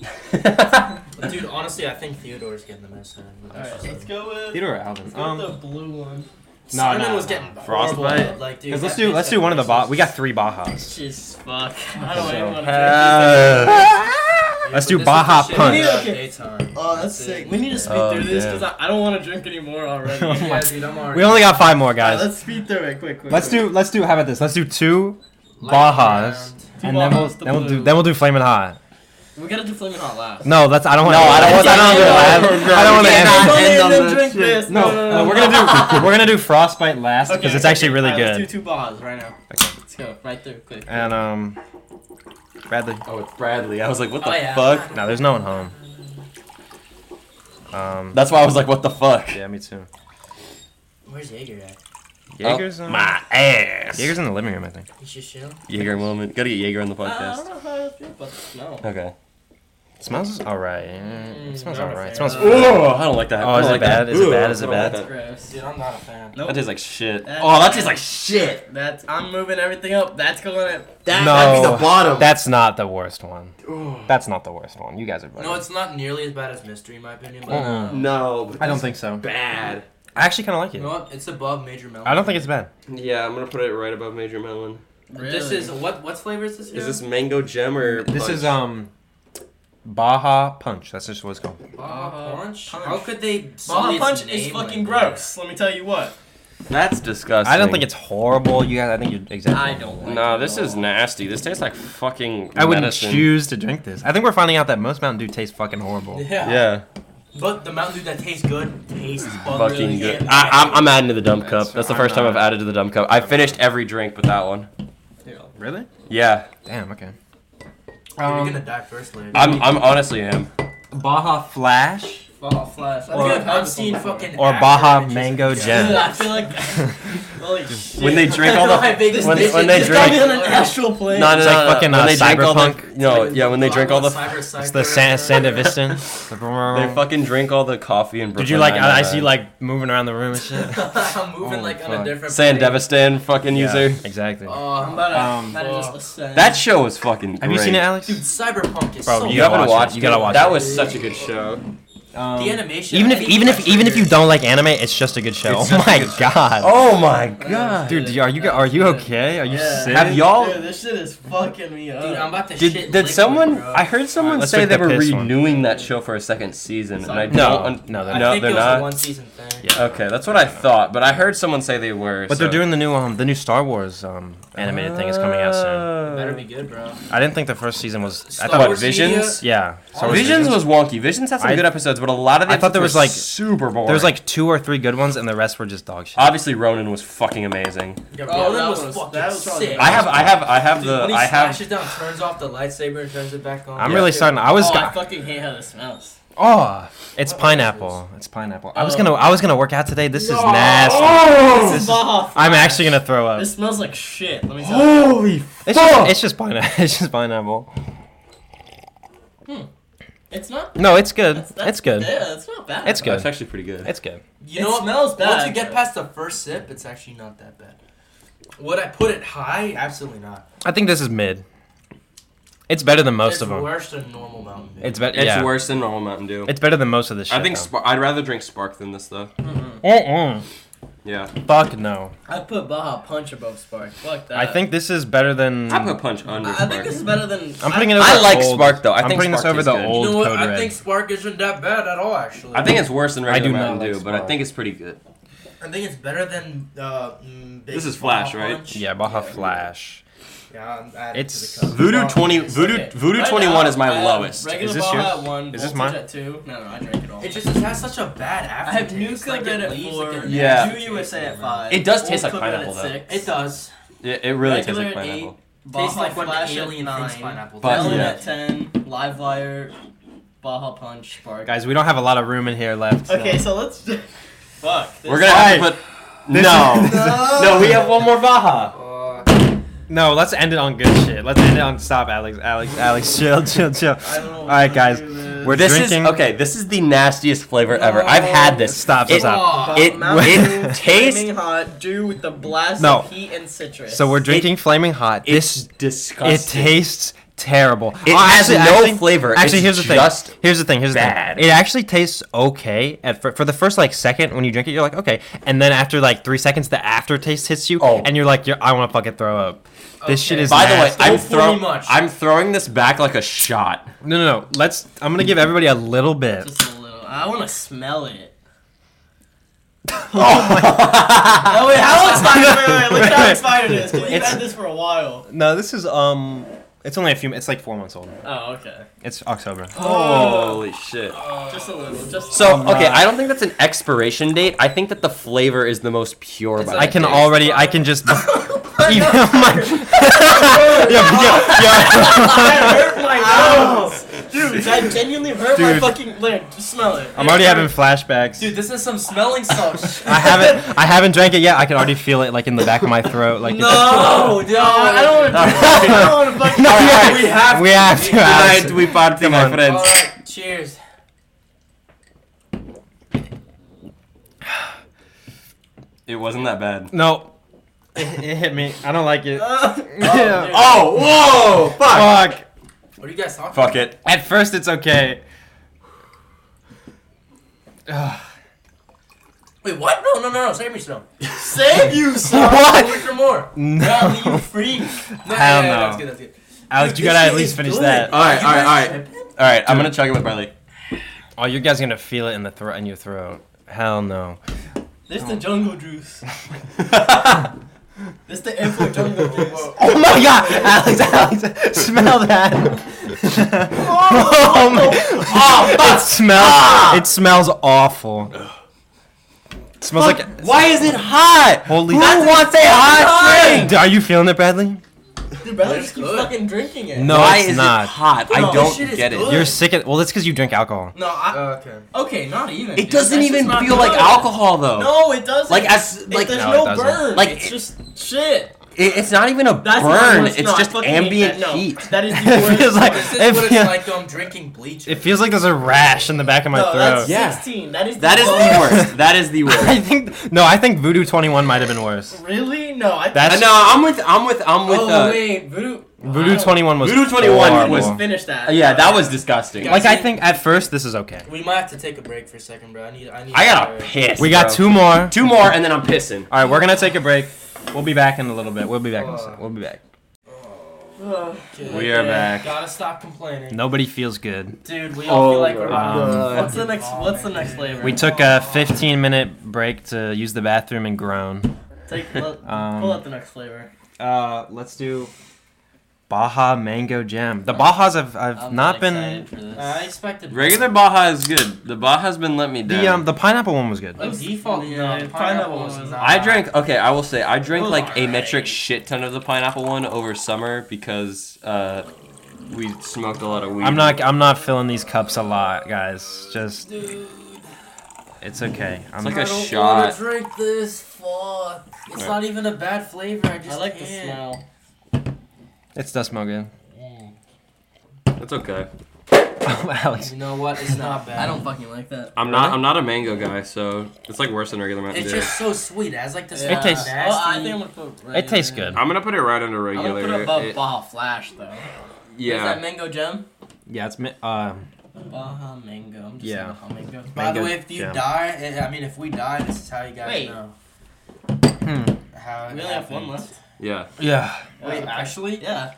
Dude, honestly, I think Theodore's getting the best out of it. That's
Alright,
just-
let's go with.
Theodore Alvin.
Let's go with the blue one.
No,
Simon
no,
was
no.
getting
Frostbite?
horrible, Like, dude,
let's
that
do
bitch
let's
had
do one of the
braces.
ba- we got three Bajas.
Just fuck. I don't
So-
even want to.
Ah!
Yeah,
Let's
but
do
this is
Baja
the shit
Punch.
we got
Okay.
daytime.
Oh, that's sick. We need to speed
Oh,
through this
damn.
because I, I don't want to drink anymore already.
Oh
Alright,
Yeah, dude, I'm already.
We only got five more guys.
let's speed through it quick, quick.
Let's
quick.
do let's do how about this? Let's do two
Lightning
Bajas.
round.
and then we'll
Bajas, the
then we'll do
blue.
then we'll do flaming hot.
We gotta do flaming hot last.
No, that's I don't want.
No, I don't want
I
that.
don't want to. I don't want
No, we
to end. it.
cannot.
Only
end on
and then
that
drink
shit.
this.
No, uh, we're gonna do we're gonna do frostbite last because it's actually really
Alright,
good.
Let's do two Bajas right now. Okay, let's go right through quick.
And um, Bradley.
Oh, it's Bradley. I was like, what the
Oh, yeah.
fuck?
No, there's no one home. Um.
That's why I was like, what the fuck?
Yeah, me too.
Oh,
Where's Jaeger at?
Jaeger's.
Up
Um,
my ass.
Jaeger's in the living room, I think.
He's just chill.
Jaeger moment. Gotta get Jaeger on the
I don't
podcast.
know how I feel about the
Oh.
smell.
Okay.
smells alright. It smells
not a
alright. It
fan.
smells.
Ooh, I don't like that.
Oh,
I don't
is it
like that.
bad? Is it
Ooh,
bad? Is
I
it
don't like
bad?
that.
Gross.
Dude, I'm not a fan.
Nope.
That tastes like shit.
That-
Oh, that tastes like shit.
That's I'm moving everything up. That's going at that.
No.
That'd be the bottom.
That's not the worst one. That's not the worst one. You guys are.
No,
bugging.
it's not nearly as bad as Mystery, in my opinion. But um,
Mm-mm.
no. But
I don't think so.
bad.
I actually kind of like
you
it.
know what? It's above Major Melon.
I don't think it's bad.
Yeah, I'm gonna put it right above Major Melon.
This is what? What flavor is this?
Is this mango gem or?
This is
punch?
um, Baja Punch. That's just what it's called.
Baja punch?
Punch.
How could they? sully
Baja
its
Punch is
name
fucking
like that?
gross. Let me tell you what.
That's disgusting.
I don't think it's horrible. You guys, I think you're exactly.
I don't like
No,
it
this
at
is
all.
nasty. This tastes like fucking.
I wouldn't
medicine.
choose to drink this. I think we're finding out that most Mountain Dew tastes fucking horrible.
Yeah.
Yeah,
But the Mountain Dew that tastes good tastes
Oh,
fucking
fucking
good. I, I'm, I'm adding to the dump cup. That's the
I'm
first time I've
not.
added to the dump cup. I finished every drink but that one.
Really?
Yeah,
Damn. Okay.
You're
Um,
gonna die first, later.
I'm, I'm honestly am.
Baja Flash
Baja Flash. I
Or-
think I've had
I've
this
seen
one before.
fucking
or
actor
Baja
that just-
Mango
Yeah.
Dude, I
Gem.
feel like. Holy shit.
When they drink all
I
the.
think
This
this
when-
bitch
when they
just got me
drink-
on an astral plane.
No, no,
It's
no,
like
no,
fucking,
when
uh,
they drink all the.
Cyberpunk.
No, yeah, when they drink all the.
Cyber
It's the San Santa Vista.
They fucking drink all the coffee and. uh,
Did you like? I, I see you, like moving around the room and shit.
I'm moving
Oh,
like on
fuck.
a different.
San
plane.
Devistan fucking user.
Yeah, exactly.
Oh, I'm
I'm
about
about to,
Um,
I'm about to just
uh,
ascend.
That show was fucking.
Have you seen
great.
it, Alex?
dude. Cyberpunk is
Bro,
so.
you
You
gotta
haven't
watch it.
watched.
You gotta watch
That
it.
was such a good show.
Um,
the animation.
even
I
if
think
even if
that's
even if you
triggered.
don't like anime, it's just a good show.
It's
Oh
such a
my
good show.
god.
Oh my god.
Dude, do you- are you are you okay? Are you
Yeah.
sick?
Have y'all-
Dude, this shit is fucking me up.
Dude, I'm about to
Did,
shit.
did
liquid,
someone?
bro.
I heard someone
Alright, let's
say
pick
they
the
were
piss one.
renewing that show for a second season, and I
No.
don't.
no,
un-
no, they're
I
not.
think
they're
it was
not.
A one season thing.
Yeah.
Okay, that's what I thought, but I heard someone say they were.
But they're
so-
doing the new um the new Star Wars um animated thing is coming out soon.
Better be good, bro.
I didn't think the first season was. I
Star
thought
Uh, Wars Uh, Visions?
yeah. Star Wars
Visions was wonky. Visions had some
I-
good episodes, but a lot of the
I thought there
episodes
was, like-
were super boring. Oh,
There was like two or three good ones, and the rest were just dog shit.
obviously Ronan was fucking amazing.
Yeah,
Oh,
Ronan
that
was,
was-
fucking
that was probably
sick.
the
I have, I have, I have
Dude,
the,
when he
I have.
slashes down, turns off the lightsaber and turns it back on.
I'm
Yeah.
really starting. I was.
oh, I
go-
fucking hate how this smells.
Oh, it's pineapple. It's pineapple. I was
Oh.
gonna. I was gonna work out today. This is
No.
nasty.
Oh!
This is-
Baja
I'm
Flash.
actually gonna throw up.
This smells like shit. Let me tell you.
Holy
It's just,
fuck!
it's just pineapple. It's just pineapple.
It's not.
No, it's good.
That's, that's,
it's good.
Yeah, it's not bad.
It's
That's
good.
actually pretty good.
It's good.
You
It
know,
smells bad,
Once you get
but-
past the first sip, it's actually not that bad. Would I put it high? Absolutely not.
I think this is mid. It's better than most
it's
of them.
worse than normal Mountain Dew.
It's better.
It's
yeah.
worse than normal Mountain Dew.
It's better than most of this shit.
I think
though.
Spark. I'd rather drink Spark than this though.
Mm-mm.
Yeah,
Fuck no.
I put Baja Punch above Spark. Fuck that.
I
Uh,
think this is better than.
I put Punch under
I, I
Spark.
think this is better than.
I'm putting it
I,
over.
I like
old,
Spark, though. I
am
think
putting
Spark
this over
tastes
the
good.
old
you know what?
Code
I
Red.
think Spark isn't that bad at all, actually.
I think it's worse than regular
do not
Mountain
like
Dew, but I
Spark.
think it's pretty good.
I think it's better than. Uh, mm, Big
This is Flash,
Baja
right?
Punch.
yeah, Baja Flash.
Yeah, I'm adding
It's-
to the cup.
Voodoo
Oh,
twenty, Voodoo,
Okay.
Voodoo
Right
twenty
now,
one is my
I have
lowest.
Regular
Is this
Baja
yours?
At one,
Is this
Voltage
mine?
At two. No, no, I drank it all.
It just it has such a bad
I have
aftertaste.
Nuka
like,
Red at
leaves,
four.
like, a
Yeah.
nasty
New
taste
USA
in
at
your mouth.
five.
It does taste
Old
like
Cook Red
pineapple,
at
though.
six.
It does.
It, it really tastes
Regular
like
at eight.
pineapple.
Tastes like
Baja
when the
Flash at
alien thinks
nine.
pineapple.
But-
Melon
yeah.
at ten. Livewire. Baja Punch. Spark.
Guys, we don't have a lot of room in here left. so-
Okay, so let's. Fuck. this-
We're gonna have to put.
This
No.
is- no, we have one more Baja.
Uh,
No, let's end it on good shit. Let's end it on stop, Alex. Alex, Alex, chill, chill, chill.
I don't know
All right,
what
guys,
to do, man.
we're
This
drinking.
is okay. This is the nastiest flavor ever. I've had this.
Stop, stop,
It-
stop.
Hot
It-
Mountain
it
Dew,
tastes-
flaming hot dew with the blast
No.
of heat and citrus.
So we're drinking flaming hot.
It's
This it
disgusting.
tastes terrible.
It has no flavor.
Actually,
It's
here's the thing.
just
here's the thing. Here's
bad.
the thing. It actually tastes okay at for, for the first like second when you drink it, you're like okay, and then after like three seconds, the aftertaste hits you,
Oh.
and you're like, you're, I want to fucking throw up. This shit
Okay.
is.
By the way,
nasty.
I'm
Don't fool me
throwing.
much.
I'm throwing this back like a shot.
no, no, no. Let's. I'm gonna give everybody a little bit.
Just a little. I want to smell it.
Oh,
Oh wait, Alex Fire! Wait, wait, wait, look at Alex Fire it is. 'cause We've
It's-
had this for a while.
No, this is um. It's only a few. It's like four months old.
Oh okay.
It's October.
Holy shit.
Just a little. Just
So okay,
Alright.
I don't think that's an expiration date. I think that the flavor is the most pure. By
I
that
can
date.
already. I can just. Even my- yeah,
that hurt my nose, dude. That genuinely hurt my
Dude.
fucking lip. Just smell it.
I'm already having flashbacks.
Dude, this is some smelling salt. shit.
I haven't I haven't drank it yet. I can already feel it like in the back of my throat. Like
No, no, I don't want to. I don't want to fucking.
No,
Alright,
we
we
have
have
to, we have to. Alex.
Tonight we party,
Come
my
on.
friends.
Alright, cheers.
It wasn't that bad.
No, it, it hit me. I don't like it.
dude.
Oh, whoa! Fuck.
Fuck.
What are you guys talking
Fuck it.
At first it's okay. Ugh.
Wait, what? No, no, no, no. Save me some.
Save you, son.
What?
Wait for more. No,
God, you freak.
no,
Hell
no, no,
no.
That's good, that's good.
Alex, you
This
gotta at
shit
least
is
finish
good.
that.
All right, all right, all right, all right. I'm gonna chug it with Riley.
Oh, you guys are gonna feel it in the throat in your throat. Hell no.
This the jungle juice. This the info jungle juice.
Oh my god, Alex, Alex, smell that. oh my.
oh, Ah.
It smells. It smells awful. It smells like.
Why is it hot?
Holy-
Who
That's
wants a hot drink?
Ah, Are you feeling it, Bradley?
Dude, Bradley just keeps
good.
fucking drinking it.
No,
Why
it's
is
not.
it hot?
No,
I
this
don't
shit is
get it.
good.
You're sick at. Well, that's because you drink alcohol.
No, I,
Okay.
okay, not even.
Oh, It
dude.
doesn't
That's just
even
not
feel like
good.
alcohol though.
No, Oh, it doesn't.
Like as
It-
like
there's
No, it
no,
doesn't.
burn.
Like,
it's
it-
just shit.
it- it's not even a
That's not
burn.
what
It's
not. I
just
fucking hate
ambient
that. No,
heat.
That is the
it
worst.
feels like.
This is
It,
what it's
feel-
like um, drinking bleach.
it feels like there's a rash in the back of my
no,
throat.
that's
Yeah.
16. That is the
That is the
worst.
worst. That is the worst.
I think. No, I think Voodoo 21 might have been worse.
Really? No, I.
That's-
Uh, no, I'm with I'm with I'm with.
oh
uh,
wait, voodoo.
Voodoo
Wow.
21 was.
Voodoo 21
horrible.
was-
Let's finish that.
yeah, that was disgusting.
Like I think at first this is okay.
we might have to take a break for a second, bro. I need. I need.
I gotta
to-
piss.
We got
bro.
two more.
two more, and then I'm pissing.
All right, we're gonna take a break. We'll be back in a little bit. We'll be back. In a sec. We'll be back.
Ugh.
Good.
We are back.
Gotta stop complaining.
Nobody feels good.
Dude, we all feel
Oh
like we're.
my
God.
What's the next? What's the next flavor?
We took a 15 minute break to use the bathroom and groan.
Take, let,
Um,
pull out the next flavor.
Uh, let's do Baja Mango Jam. The Bajas have I've not been.
excited for this.
I expected.
Baja is good. The Baja's been letting me
The um the pineapple one was good.
Like default.
Yeah,
no,
uh, pineapple
pineapple
was
was
not-
I drank. Okay, I will say I drank
Well,
like a
alright.
metric shit ton of the pineapple one over summer because uh, we smoked a lot of weed.
I'm not I'm not filling these cups a lot, guys. Just it's okay. I'm
like
I
a
don't
shot.
wanna drink this. Fuck. It's
Right.
not even a bad flavor. I just
I like the
can't.
smell.
it's does smell good.
That's okay.
Oh, Alex.
You know what? It's not bad.
I don't fucking like that.
I'm not. I'm not a mango guy, so it's like worse than regular Mountain
It's
Dew.
just so sweet. It has like this.
Yeah.
It tastes-
nasty-
Oh, I think I'm gonna put.
It tastes good.
I'm gonna put it right under
I'm gonna
regular.
put it above
It-
Baja Flash though. Is that
yeah.
mango gem?
Yeah, it's mi- um
Baja mango. I'm just
Yeah.
yeah. Baja mango.
By the
Mango
way, if you
jam.
die, eh, I mean, if we die, this is how you guys
Wait.
know.
hmm.
How it
We only have one
happened.
left.
Yeah.
yeah.
Uh,
Wait, actually?
Yeah.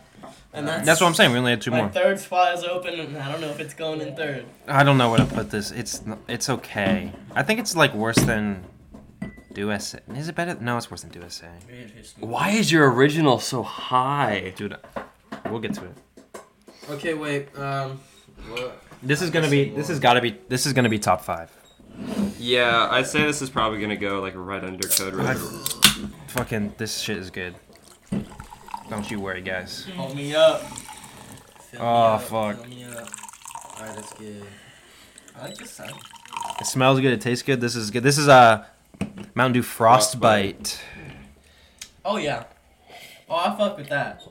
And that's.
That's what I'm saying. We only had two
My
more.
third spot is open, and I don't know if it's going in third.
I don't know where to put this. It's n- it's okay. I think it's like worse than Do SA. Is it better? No, it's worse than Do SA.
Why is your original so high?
Dude, we'll get to it.
Okay, wait. Um, what?
This is gonna be. This has got to be. This is gonna be top five.
Yeah, I'd say this is probably gonna go like right under Code Red.
Fucking this shit is good. Don't you worry, guys.
Hold me up.
Fill me
Oh,
up,
fuck.
fill me up. Alright, that's good.
I like this sound.
It smells good. It tastes good. This is good. This is a Mountain Dew Frostbite.
Oh yeah. Oh, I fuck with that.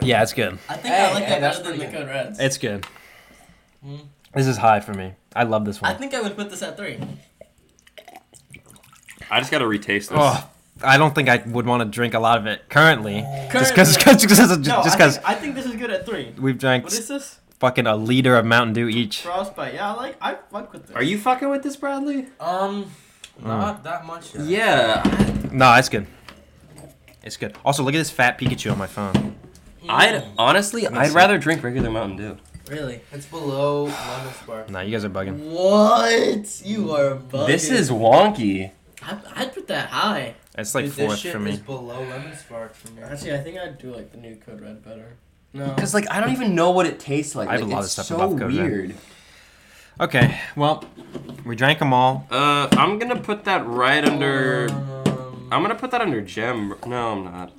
Yeah, it's good.
I think
Hey,
I like
hey,
that
that's
better than the
pretty
Code Reds.
It's good.
Mm.
This is high for me. I love this
I
one.
think I would put this at three.
I just gotta retaste this.
Oh, I don't think I would want to drink a lot of it currently. Just because,
Currently. No,
just
I think-
because
I, think this is good at three.
we've drank
What is this?
fucking a liter of Mountain Dew each.
Frostbite. Yeah, I like. I fuck with this.
Are you fucking with this, Bradley?
Um,
Hmm.
not that much. Yet.
Yeah.
No, it's good. It's good. Also, look at this fat Pikachu on my phone.
I'd honestly,
Let's
I'd
see.
rather drink regular Mountain Dew.
Really?
It's below lemon spark.
Nah, you guys are bugging.
What? You are bugging.
This is wonky.
I, I'd put that high.
It's like
Dude,
fourth
this shit
for me.
is below lemon spark for me.
Actually, I think I'd do like the new Code Red better. No.
Because like I don't even know what it tastes like.
I have a
Like,
lot of
it's
stuff
so
above Code Red.
weird.
Okay, well, we drank them all.
Uh, I'm gonna put that right under.
Um,
I'm gonna put that under gem. No, I'm not.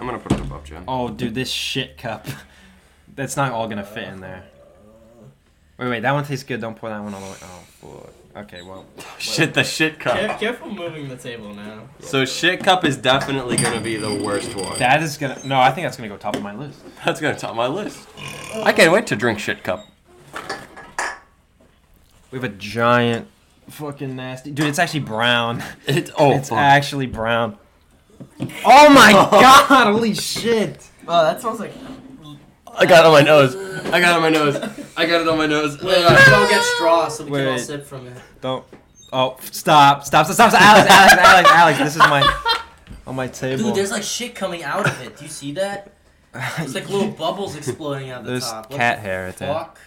I'm gonna put it above gem.
Oh, dude, this shit cup. That's not all gonna fit in there. Wait, wait, that one tastes good. Don't pour that one all the way. Oh, fuck. Okay, well.
Oh,
shit, the shit cup.
Care- careful moving the table now.
So shit cup is definitely gonna be the worst one.
That is gonna. No, I think that's gonna go top of my list.
That's gonna top my list.
I can't wait to drink shit cup.
We have a giant fucking nasty. Dude, it's actually brown.
It's oh
it's
fuck.
actually brown. Oh my god, holy shit.
Oh, that smells like.
I got it on my nose. I got it on my nose. I got it on my nose.
wait,
Ugh.
let's go get straw so we
Wait,
can all
wait.
sip from it.
Don't. Oh, stop, stop, stop, stop, stop. Alex, Alex, Alex, Alex. This is my. On my table.
Dude, there's like shit coming out of it. Do you see that? It's like little bubbles exploding out of the
There's
top. What
cat
the
hair right there.
fuck?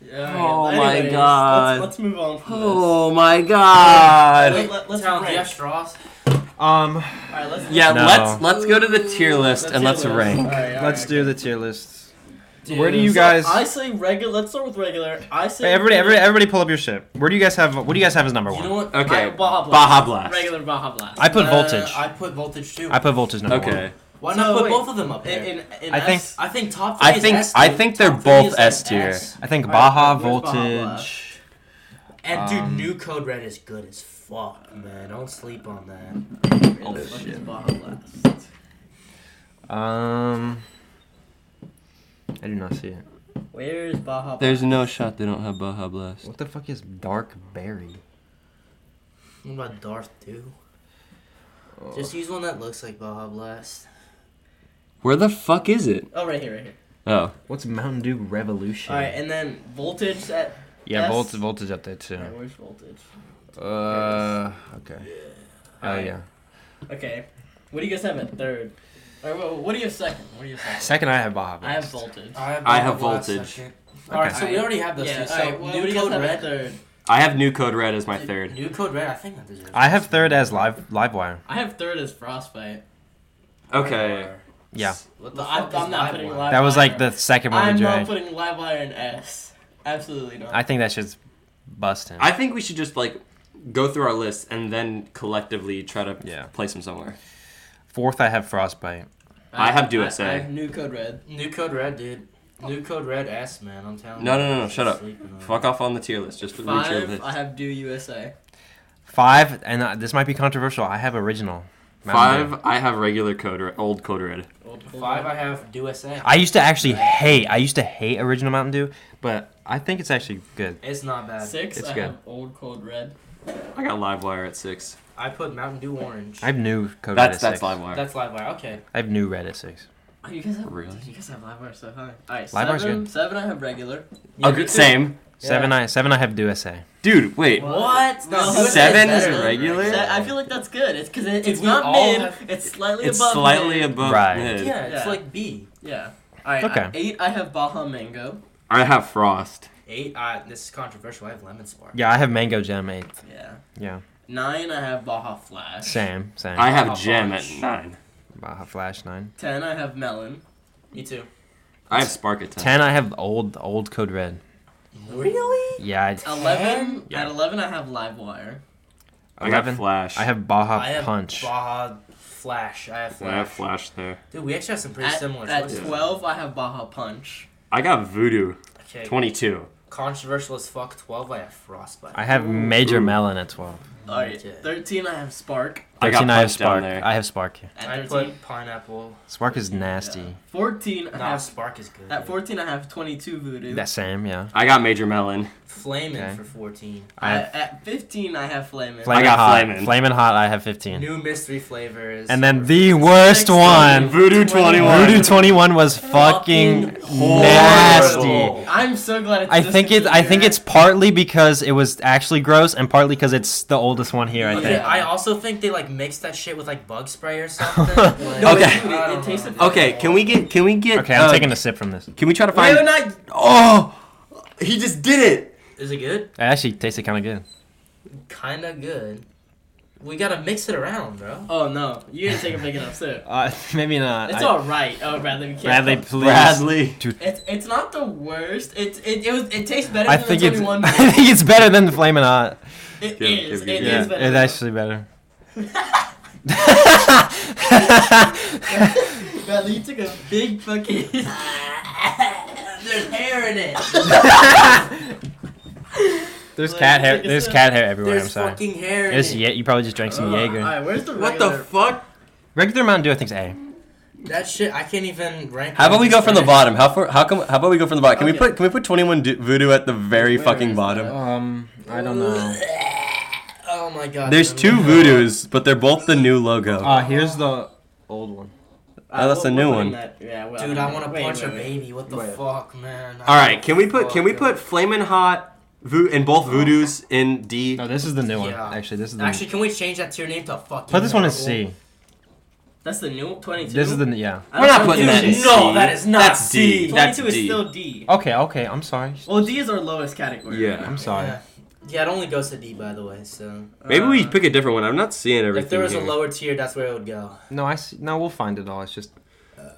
Yeah,
Oh
okay,
my
anyways,
God.
Let's, let's move on from this.
Oh my god.
Wait, let, us
Town, do you
rank.
have straws?
Um,
All right, let's
Yeah,
No.
let's let's go to the tier list and
do
let's
this.
rank.
All right, all
let's
right.
do the tier list.
Dude,
Where do you
So,
guys?
I say regular. Let's start with regular. I say.
Hey, everybody, everybody, everybody, pull up your shit. Where do you guys have? What do you guys have as number
You
one?
know what?
I,
Okay.
Baja Blast.
Baja Blast.
Regular Baja Blast.
I put
Uh,
voltage.
I put voltage too.
I put voltage number one.
Okay.
Why
So,
not put
wait.
both of them up
in,
there?
in, in
I think-
S-
I think top three
I
is
think-
S,
I
dude.
think they're
Top three
both
is, like,
S tier.
S.
I think
All right,
Baja
where's Baja
voltage.
Blast?
And
Um,
dude, new code red is good as fuck, man. Don't sleep on that.
Really
Oh,
fuck
shit.
is Baja Blast.
Um, I do not see it.
Where's Baja?
There's no shot they don't have Baja Blast.
What the fuck is dark berry?
What about Darth too?
Oh.
Just use one that looks like Baja Blast.
Where the fuck is it?
Blast? Oh, right here, right here.
Oh.
What's Mountain Dew Revolution?
All right, and then voltage at.
yeah,
S.
volt, voltage up there too.
All right, where's voltage?
Uh, okay. Oh
Alright.
yeah.
Okay. What do you guys have at third? Or wha- what do you have second? What do you have second?
Second, I have Baja.
I have
Blast.
voltage.
I
have,
Baja have Blast voltage.
Alright,
Okay.
so we already have those
yeah,
two. So
all right, well, what do
new
you guys
code
have at
red.
third?
I have new code red as my third.
New code red. I think that deserves.
I have third as live Livewire.
I have third as frostbite.
Okay.
Yeah,
What the
But I'm,
fuck
I'm not
is live
putting
wire?
live.
that was like the second one
I'm
we
not
drank.
putting Livewire in S. Absolutely not.
I think that shit's busting.
I think we should just like go through our list and then collectively try to
Yeah.
place them somewhere.
Fourth, I have frostbite.
I have
do
USA.
I, have new code red.
New code red, dude. New code red S, man. I'm telling
No,
you.
no, no, no, shut up.
Sleeping on it.
Fuck off on the tier list. Just put the tier
Five.
list.
I have do USA.
Five, and uh, this might be controversial. I have original. Mountain Dew.
Five. I have regular code red, old code red.
Old Code
Five.
Red.
I have USA.
I used to actually hate. I used to hate original Mountain Dew, but I think it's actually good.
It's not bad.
Six.
It's
I
good.
have old code red.
I got Livewire at six.
I put Mountain Dew orange.
I have new code
That's
red
that's
at six.
Livewire.
That's live wire. Okay.
I have new red at six.
Oh, you guys have
Really?
You guys have Livewire so high. All right,
Livewire's
seven. Seven. I have regular.
Yeah,
Okay,
me too.
same.
Seven, I seven, I have Dew SA.
Dude, wait.
What?
No,
USA
seven
better
is
than
regular?
regular.
Se- I feel like that's good. It's because it, it's
we
not
all
mid.
have-
It's slightly
It's
above.
slightly
mid.
above
Right.
mid.
Yeah, it's
Yeah.
like B.
Yeah. All right.
Okay.
Okay. eight. I have Baja Mango.
I have Frost.
Eight. Uh, this is controversial. I have lemon spark.
Yeah, I have mango gem eighth.
Yeah.
Yeah,
Nine. I have Baja Flash.
same, same.
I have
Baja
Gem at
Blast.
nine.
Baja Flash nine.
Ten. I have Melon.
Me too.
I have Spark at ten.
Ten, I have old old code red.
Really?
Yeah, I,
Eleven.
Yeah.
At eleven, I have Livewire.
I got
11.
Flash.
I have Baja
I have
Punch.
Baja Flash. I have
I have Flash
Flash.
there.
Dude, we actually have some pretty
At,
similar
at
choices.
twelve, I have Baja Punch.
I got Voodoo.
Okay.
Twenty-two.
Controversial as fuck. Twelve. I have frostbite.
I have major melon at twelve.
All right.
Okay.
Thirteen. I have Spark.
I got
Thirteen. I, have
punched down
Spark.
there.
I have Spark. here.
At
I
the
put
team.
pineapple.
Spark is nasty.
Fourteen. I
Nah,
have,
Spark is good.
at fourteen, I have twenty-two voodoo.
That Sam, yeah.
I got Major Melon.
Flaming
Okay.
for 14.
I
I,
have
at fifteen, I have flamin'.
flaming
got
hot.
Flamin'.
Flamin' hot. I have fifteen.
New mystery flavors.
and then the worst
Sixteen.
one,
Voodoo 21.
Voodoo Twenty One, was fucking
Horrible.
nasty.
I'm so glad it's.
I
just
think
a
it. I think
year.
it's partly because it was actually gross, and partly because it's the oldest one here. I
Okay,
think.
I also think they like mixed that shit with like bug spray or something. Like,
No,
Okay.
It,
I
it,
don't
it tasted.
know.
Okay, can we get can we get
Okay, I'm
uh,
taking a sip from this. It
Can we try to
Wait,
find
we're not.
Oh! He just did it.
Is it good?
actually tasted kind of good.
Kinda good. We gotta mix it around, bro.
Oh no, you're gonna take a big enough sip.
Uh, maybe not.
It's
I-
all right. Oh, Bradley, we can't.
Bradley, please.
Bradley.
It's it's not the worst. It's it it, was, it tastes better
I
than
think
the
it's.
twenty one.
I think it's better than the flaming hot.
It
Yeah,
is.
give
It
you-
is
Yeah,
better.
it's actually better.
Bradley, you took a big fucking.
There's hair in it.
There's
Like,
cat hair.
take a
There's
sip.
cat hair everywhere. I'm
There's
sorry.
fucking hair in
It's
it.
yeah. You probably just drank some
Uh,
Jaeger.
Alright, where's the
What the
regular-
fuck?
Regular Mountain Dew, I think, is A.
That shit, I can't even rank.
How about we go from the bottom?
bottom?
How far, How come? How about we go from the bottom? Can we
Okay.
put Can we put Twenty One Voodoo at the very
Where
fucking
is
bottom?
that?
Um, I don't
Oh my god.
There's
dude.
two Voodoos, but they're both the new
Uh,
logo.
here's the old one.
Oh, that's
we're-
a new
we're
one.
putting that- yeah, well,
Dude, I want to
wait,
punch
wait,
a
wait.
baby. What the
Wait.
fuck, man?
All right, can we put can we put Flamin' Hot Vo- in both Voodoos in D?
No, this is the new one.
Yeah.
Actually, this is the.
Actually, can we change that to your name to fucking?
put this one in
Marvel?
C.
That's the new twenty two.
This is the yeah.
We're not putting that in
Dude,
C.
no, that is not
That's D.
C.
That's
Twenty-two is
D.
still D.
Okay, okay. I'm sorry.
Well, D is our lowest category.
Yeah.
I'm sorry.
Yeah. Yeah, it only goes to D, by the way. So
Maybe we
Uh,
pick a different one. I'm not seeing everything.
Um, if there was
here.
a lower tier, that's where it would go.
No, I see. No, we'll find it all. It's just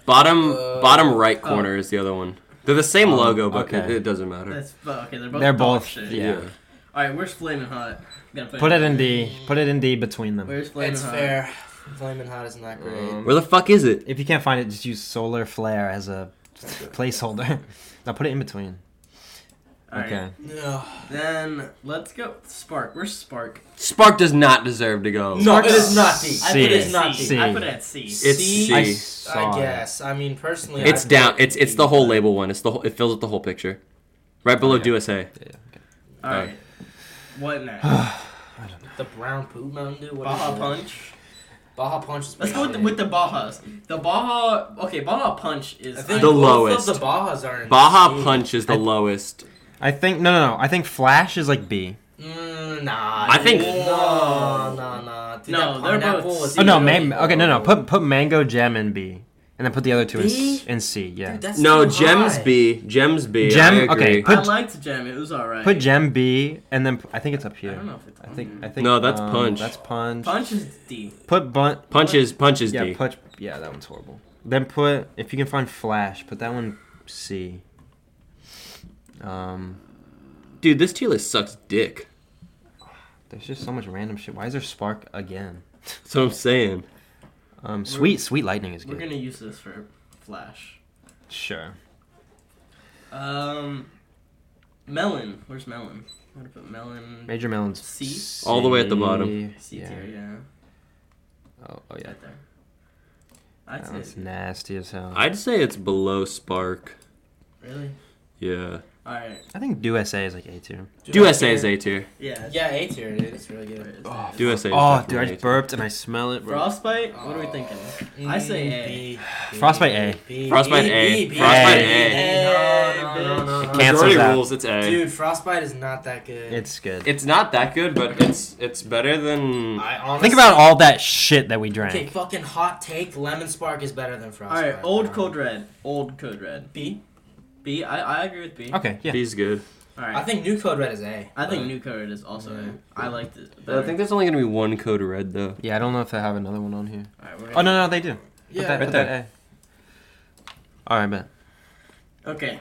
bottom
Uh,
bottom right corner is the other one. They're the same
Um,
logo, but
okay.
it, it doesn't matter.
That's oh, okay. They're both.
They're
dog
both-
shit.
yeah.
Alright, where's Flamin' Hot? Gotta
put it in D. Put it in D between them.
Where's Flamin'
it's
Hot?
fair. Flamin' hot is not great.
Um,
Where the fuck is it?
If you can't find it, just use solar flare as a placeholder. now put it in between.
Alright,
Okay.
no,
Then let's go Spark. Where's Spark?
Spark does not deserve to go.
no, it is not D.
I
C.
put it at
It's not
C.
D.
I put it at C.
It's
C,
C.
I
I
D.
saw it.
guess. I mean, personally,
It's
I
down.
put it
It's it's
D,
the whole
but-
label one. It's the whole, it fills up the whole picture. Right below
Okay.
Do USA.
Alright.
Oh.
What next?
The brown poop Mountain Dew. What is
Baja
it?
Punch.
Baja Punch. Is
Let's go
pretty
with the,
good.
with the Bajas. The Baja. Okay, Baja Punch is.
I think
The
both
lowest.
Of the Bajas are in
Baja
C.
Punch is the
I-
lowest.
I think no, no, no. I think Flash is like B.
Mm, nah.
I
dude.
think-
no, no, no. Dude,
No,
that
they're both
pineapple was
C.
Oh no,
really
man. Okay, no, no.
low.
Put put Mango Gem in B, and then put the other two in,
B?
C, in C. Yeah.
Dude, that's
No,
too
Gems
high.
B. Gems B. I
Gem-
agree.
okay.
I
put-
liked Gem. It was alright.
Put Gem B, and then p- I think it's up
I
here.
don't know if it's.
I think I think.
No, that's
um,
Punch.
That's punch.
Punch is D.
Put bun.
Punch is punch is
Yeah,
D.
punch. Yeah, that one's horrible. Then put if you can find Flash, put that one C. Um,
Dude, this tier list sucks dick.
there's just so much random shit. Why is there Spark again?
That's what I'm saying.
Um, sweet sweet lightning is
We're
good.
gonna use this for Flash.
Sure.
Um, Melon. Where's Melon? I'm gonna put Melon.
Major melons.
C?
All the way at the bottom.
C
Yeah.
tier. Yeah.
Oh, oh yeah.
Right there.
That
I'd
one's
say.
nasty as hell. I,
I'd say it's below Spark.
Really.
Yeah.
Alright.
think Do SA is like A two.
Do USA is A tier.
Yeah.
Yeah, A tier, dude. It's really
Where
good.
is
Oh,
that?
Do USA. Is
Oh,
definitely
dude, I
A tier.
just burped and I smell it. bro.
Frostbite. What are we thinking? I say A.
B, B,
Frostbite A.
B,
Frostbite
B,
A.
B,
Frostbite
B,
A.
B, No, no, no, no,
It
no.
can't- Cancels
Majority
out.
rules. It's A.
Dude, Frostbite is not that good.
It's good.
It's not that good, but it's it's better than.
I honestly,
Think about all that shit that we drank.
Okay, fucking hot take. Lemon Spark is better than Frostbite.
Alright. Old Code Red. Old Code Red.
B.
B. I I agree with B.
Okay, yeah.
B's good.
Alright.
I think new Code Red is A.
I think
but-
new code is also.
Yeah.
A. I liked it.
I think there's only gonna be one code red though.
Yeah, I don't know if they have another one on here.
Alright, we're
Oh
gonna-
no, no, they do. Put
Yeah,
that,
but
put
that-
that A. All right, bet.
Okay.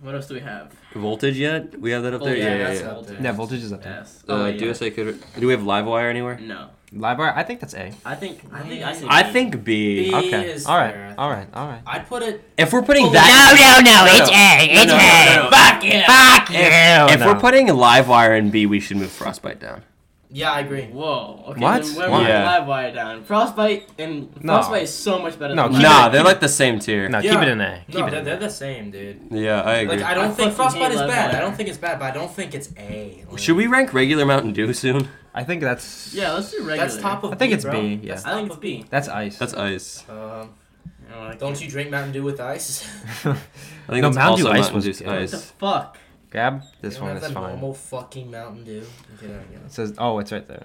What else do we have?
Voltage yet? We have that up there.
Voltage,
Oh, yeah, yeah.
that's
yeah.
up there.
Yeah, voltage is up there.
Yes. Oh,
Uh,
yeah.
Do USA could. Do we have Livewire anywhere?
No.
Library, I think that's A.
I think. I think. I, said
I
B.
think B. Uh, Oh,
B.
Okay.
is
All
fair,
right.
I
All right. All right.
I'd put it.
If we're putting
No,
that.
no,
it's
A.
it's A. Oh,
Fuck you. Fuck you.
If we're putting Livewire and B, we should move Frostbite down.
Yeah, I agree.
Whoa. Okay,
What?
then where
Why?
was
Yeah.
live wire down? Frostbite and
No.
Frostbite is so much better
No,
than
keep
Live Wire.
Nah, they're like the same tier.
No, keep
Yeah.
it in A. Keep
no,
it
they're,
in
they're
A.
the same, dude.
Yeah, I agree.
Like I don't
I
think
fucking
Frostbite
hate
is
Love
bad. I
Letter.
don't think it's bad, but I don't think it's A. Like,
Should we rank regular Mountain Dew soon?
I think that's.
Yeah, let's do regular.
That's top of.
I think
B,
it's
bro.
B, yeah.
That's
I think
top
it's B.
That's ice.
That's ice.
of- Um,
I don't like
don't
it.
you drink Mountain Dew with ice?
I think
No,
that's
Mountain Dew
also
ice
Mountain
was
Dew's
good.
What the
ice.
fuck?
Grab
You
this
don't
one.
have
It's
that
fine.
normal fucking Mountain Dew. Okay, there we go.
It says, oh, it's right there.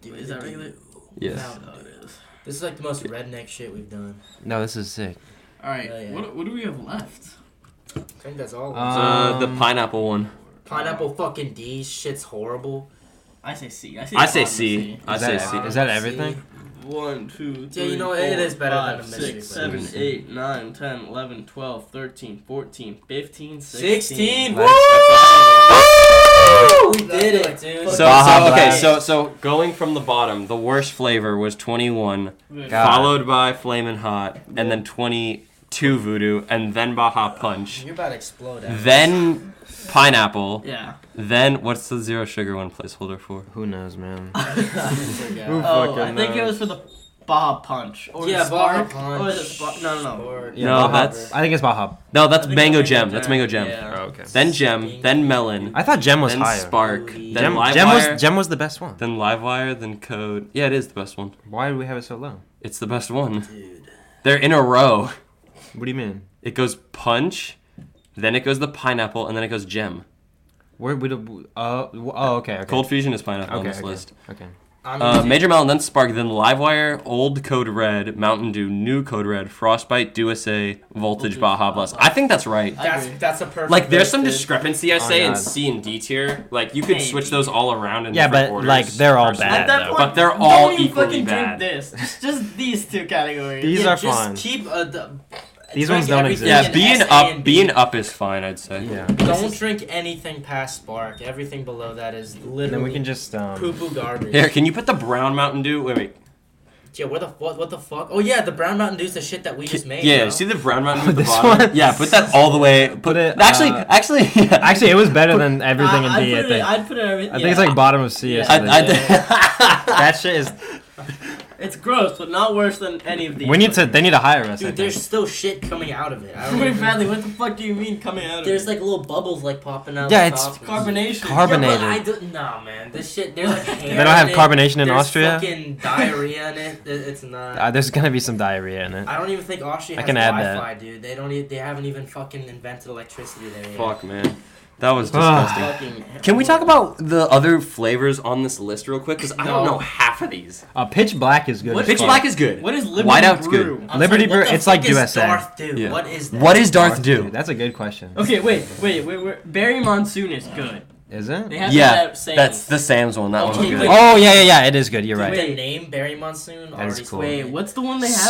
Dude,
Is that regular?
Yes.
No, no, Oh, it is.
This is like the most redneck shit we've done.
No, this is sick.
All right.
Yeah, yeah.
What, what do we have left?
I think that's all.
Uh,
Uh, the
Um,
pineapple one.
Pineapple fucking D. Shit's horrible.
I say C. I say,
I say
bottom of
C. I
Is
say
that,
C.
is that everything?
One, two,
Yeah,
three,
you know, it
four,
is better than
five,
the mystery
six,
flavor.
seven, eight, nine, 10, 11, 12, 13, 14, 15,
16.
Let's-
Woo! We did it, dude.
So,
Baja
so okay,
Blast.
so so going from the bottom, the worst flavor was 21,
God.
followed by Flamin' Hot, and then 22 Voodoo, and then Baja Punch,
You're about to explode. Alex.
then pineapple,
Yeah.
then what's the zero sugar one placeholder for?
Who knows, man?
Yeah,
Oh, I
fucking
think it
knows?
was for the Bob Punch. Or
yeah
the spark.
bar punch.
Or the spark. No, no, no.
Spark.
No,
Baja-
that's-
I think it's Baja.
No, that's
I think
mango jam. That's mango jam.
Yeah.
Oh, okay.
Then gem, then melon,
I thought Gem was
then
higher.
spark,
Gem-
then
Gem,
livewire,
Gem was Gem was the best one.
then livewire, then code. Yeah, it is the best one.
Why do we have it so low?
It's the best one.
Dude.
They're in a row.
What do you mean?
It goes punch, then it goes the pineapple, and then it goes gem.
Where we? do- Uh, oh, okay, okay.
Cold fusion is pineapple on
Okay,
this
okay,
list.
okay.
I'm
Uh,
easy.
Major Melon, then Spark, then Livewire, Old Code Red, Mountain Dew, New Code Red, Frostbite, Dusa, Voltage, Baja Blast. I think that's right.
that's
agree.
that's a perfect.
Like, there's some
dude.
discrepancy, I
Oh,
say, in
God.
C and D tier. Like, you can switch
Maybe.
those all around in
Yeah,
different
but
orders,
like they're all
personally.
bad.
At that
though.
point,
But they're
don't
all
even
equally
fucking
bad.
drink this. Just, just these two categories.
These
yeah,
are
just
fine.
Keep uh, the,
These
drink
ones don't
everything
exist.
Yeah,
in
B and
S
up,
B.
B and up is fine, I'd say.
yeah.
Don't drink anything past spark. Everything below that is literally
Then we can just
poo
um.
poo garbage.
Here, can you put the brown Mountain Dew? Wait, wait.
Yeah, what the fuck? What the fuck? Oh yeah, the brown Mountain Dew's the shit that we just made.
yeah,
bro.
see the brown Mountain Dew at the
This
bottom?
one?
Yeah, put that all the way. Put,
it,
Actually,
uh,
actually, yeah.
Actually, it was better than everything in
I,
D. I
I'd put it-
think.
I'd put it everything.
I think it's like bottom of C
Yeah.
or
I,
something.
I,
that shit is.
It's gross, but not worse than any of these.
We need to. They need to hire us. I
Dude,
think.
there's still shit coming out of it. I don't
Wait,
even-
Bradley, what the fuck do you mean coming out of
There's
it?
like little bubbles like popping out.
Yeah,
the
it's
top.
carbonation.
Carb- carbonated.
Yeah, but I do, nah, man. This shit. There's like hair.
They don't have
in it.
carbonation in
There's
Austria?
Fucking diarrhea in it. It- It's not.
Uh, there's gonna be some diarrhea in it.
I don't even think Austria
I
has
can add that.
Wi-Fi, dude. They don't. e they haven't even fucking invented electricity there yet.
Fuck, man. That was
Ah.
disgusting.
fucking.
Can we talk about the other flavors on this list real quick? Because I don't
No.
know half of these.
Uh, pitch black is good.
What
as
Pitch
fuck.
Black is good.
What is Liberty
Whiteout's
Brew?
good.
I'm
Liberty
sorry, what
Brew-
the
it's like
fuck is
USA.
Darth, dude.
Yeah.
What is that?
What is Darth
Dude,
Dew?
that's a good question.
Okay, wait, wait, wait, wait. Barry Monsoon is good.
Is
They
it?
have
Yeah,
that same.
that's the Sam's one. That
Okay,
one's
wait,
good.
wait,
Oh yeah, yeah, yeah. It is good. You're right.
Wait.
The name Barry Monsoon.
That is
already
cool.
Wait,
sold.
what's the one they have? At,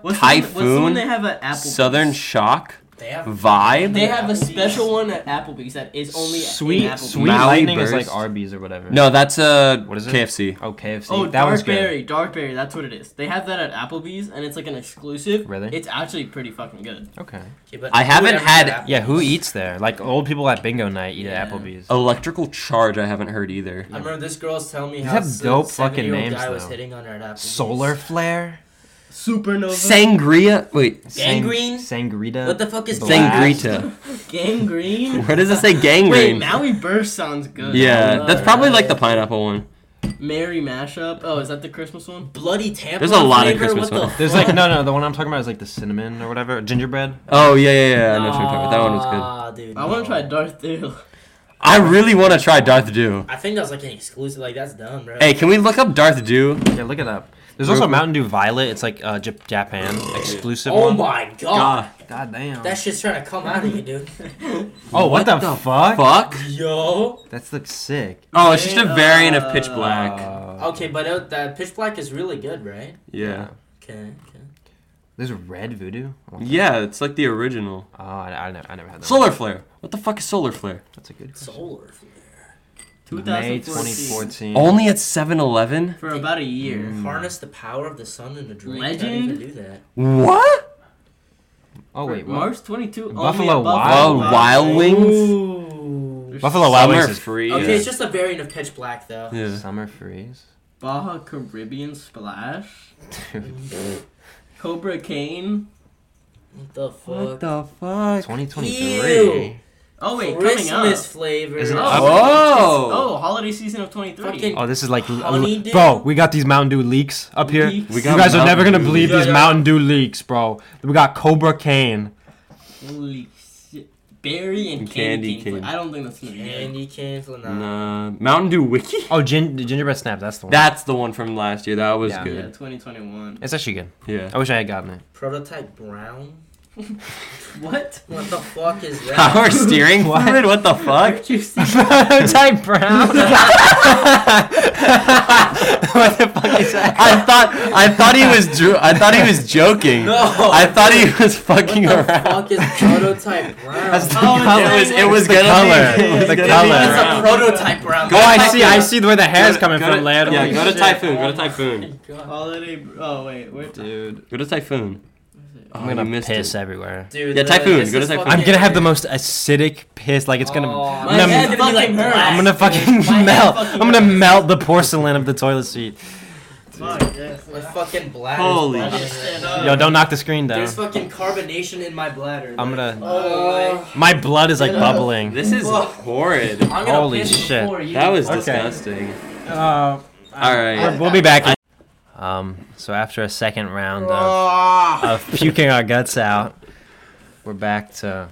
what's The one, what's the one
Typhoon,
they have at Applebee's?
Southern Shock,
They have.
Vibe.
They have a
Applebee's.
special one at Applebee's that is only in
Sweet,
Applebee's.
sweet
Maui
lightning is
Burst.
like Arby's or whatever.
no, that's uh, a
What is it?
KFC.
Oh, KFC.
Oh,
that one's
dark
good.
berry, dark berry. That's what it is. They have that at Applebee's, and it's like an exclusive.
Really?
It's actually pretty fucking good.
Okay.
Yeah, but
I
who
haven't
ever
had-
had
Yeah, who eats there? Like old people at bingo night eat at
Yeah.
Applebee's.
Electrical Charge. I haven't heard either.
I remember this girl's telling me
These
how
have
s-
dope
seven
fucking
year old
names,
guy was
though.
hitting on her at Applebee's.
Solar flare.
Supernova.
Sangria. Wait,
Sang-
Gangrene?
Sangrita.
What the fuck is
Black.
Sangrita.
Gangrene.
Where does it say
Wait,
gangrene?
Maui Burst sounds good.
Yeah,
Uh,
that's probably like the pineapple one.
Mary mashup. Oh, is that the Christmas one?
Bloody Tampa.
There's a lot of
flavor?
Christmas
what the
ones.
There's like no, no. The one I'm talking about is like the cinnamon or whatever gingerbread.
Oh yeah, yeah, yeah. I know what you're talking about. That one was good.
Ah, dude.
I want
no.
to try Darth Dew.
I really want to try Darth Dew.
I think that was like an exclusive. Like that's dumb, bro.
Hey, can we look up Darth Dew?
Yeah, look it up. There's
Real
also
quick.
Mountain Dew Violet. It's like uh, Jap- Japan exclusive
oh
one.
my god.
God damn.
That shit's trying to come out of you, dude.
oh, what, the, fuck?
Fuck.
Yo.
That's looks sick.
Oh, it's just a
Yeah.
variant of Pitch Black.
Uh,
Okay, but uh, that pitch black is really good, right?
Yeah.
Okay. okay.
There's red voodoo. Oh,
Yeah, it's like the original.
Oh, I, I, never, I never had that. one.
Solar Flare. What the fuck is Solar Flare?
That's a good.
Solar.
May
2014.
2014.
Only at 7-Eleven?
For about a year.
Mm.
Harness the power of the sun in a drink. How do you
Legend?
even do that?
What?
Oh wait, what?
March 22.
Buffalo
only at
Wild
Wild Wings?
Ooh.
They're There's
Buffalo Wild Wings
Summer
is
free.
Okay, it's
yeah.
just a variant of Catch Black though.
Yeah.
Summer freeze.
Baja Caribbean Splash,
Dude,
Cobra Kane.
What the fuck?
the fuck?
2023.
Ew.
Oh wait,
Christmas
coming up.
flavor.
Is it
Oh,
up?
oh, holiday season of 23.
Fucking-
Oh, this is like,
Honey
l-
dip.
bro. We got these Mountain Dew leaks up here.
Leaks. We
you
got
guys are
Mountain
never gonna
Dew.
believe
Yeah,
these
yeah.
Mountain Dew leaks, bro. We got Cobra Kane.
Holy shit. Berry and
And
candy,
candy
cane. flavor.
cane.
I don't think that's gonna be good.
Candy canes, nah.
Nah. Mountain Dew Wiki?
Oh, gin- gingerbread snap. That's the one.
That's the one from last year. That was
Yeah.
Yeah,
good.
2021.
it's actually good.
Yeah.
I wish I had gotten it.
Prototype brown.
What?
What the fuck is that?
Power steering fluid? What the fuck?
Type brown. what the fuck is that?
I thought I thought he was dro- I thought he was joking.
No.
I thought he was fucking
what the
around.
fuck is prototype brown?
That's the
Oh,
color.
It was it was
the
gonna
color.
Be, it was
The
gonna be
color.
it's
brown.
a prototype brown.
Go
Oh,
on.
I see. I see where the hair's coming
go
from,
to,
lad.
Yeah, go to
shit.
Typhoon. Go
Oh
to Typhoon.
Holiday. Oh wait, wait.
Dude. Go to Typhoon. Oh,
I'm gonna
you missed
piss
it.
everywhere.
Dude,
Yeah,
the-
Typhoon,
this
go to
is
Typhoon.
fucking-
I'm gonna have the most acidic piss. Like it's gonna.
Oh,
I'm,
my
gonna
head
fucking
fucking
hurts.
hurts.
I'm gonna fucking
My head
melt.
fucking
I'm gonna
hurts.
melt the porcelain of the toilet seat.
Fuck, yes.
My fucking bladder.
Holy
shit.
Yo, don't knock the screen down.
There's fucking carbonation in my bladder.
I'm
like-
gonna.
Oh,
Oh,
My blood is like bubbling.
This is
Whoa.
horrid.
I'm gonna
Holy
piss
shit.
before you.
That was
Okay.
disgusting.
Uh,
All right.
we'll be back. Um. So after a second round of,
Ah.
of puking our guts out, we're back to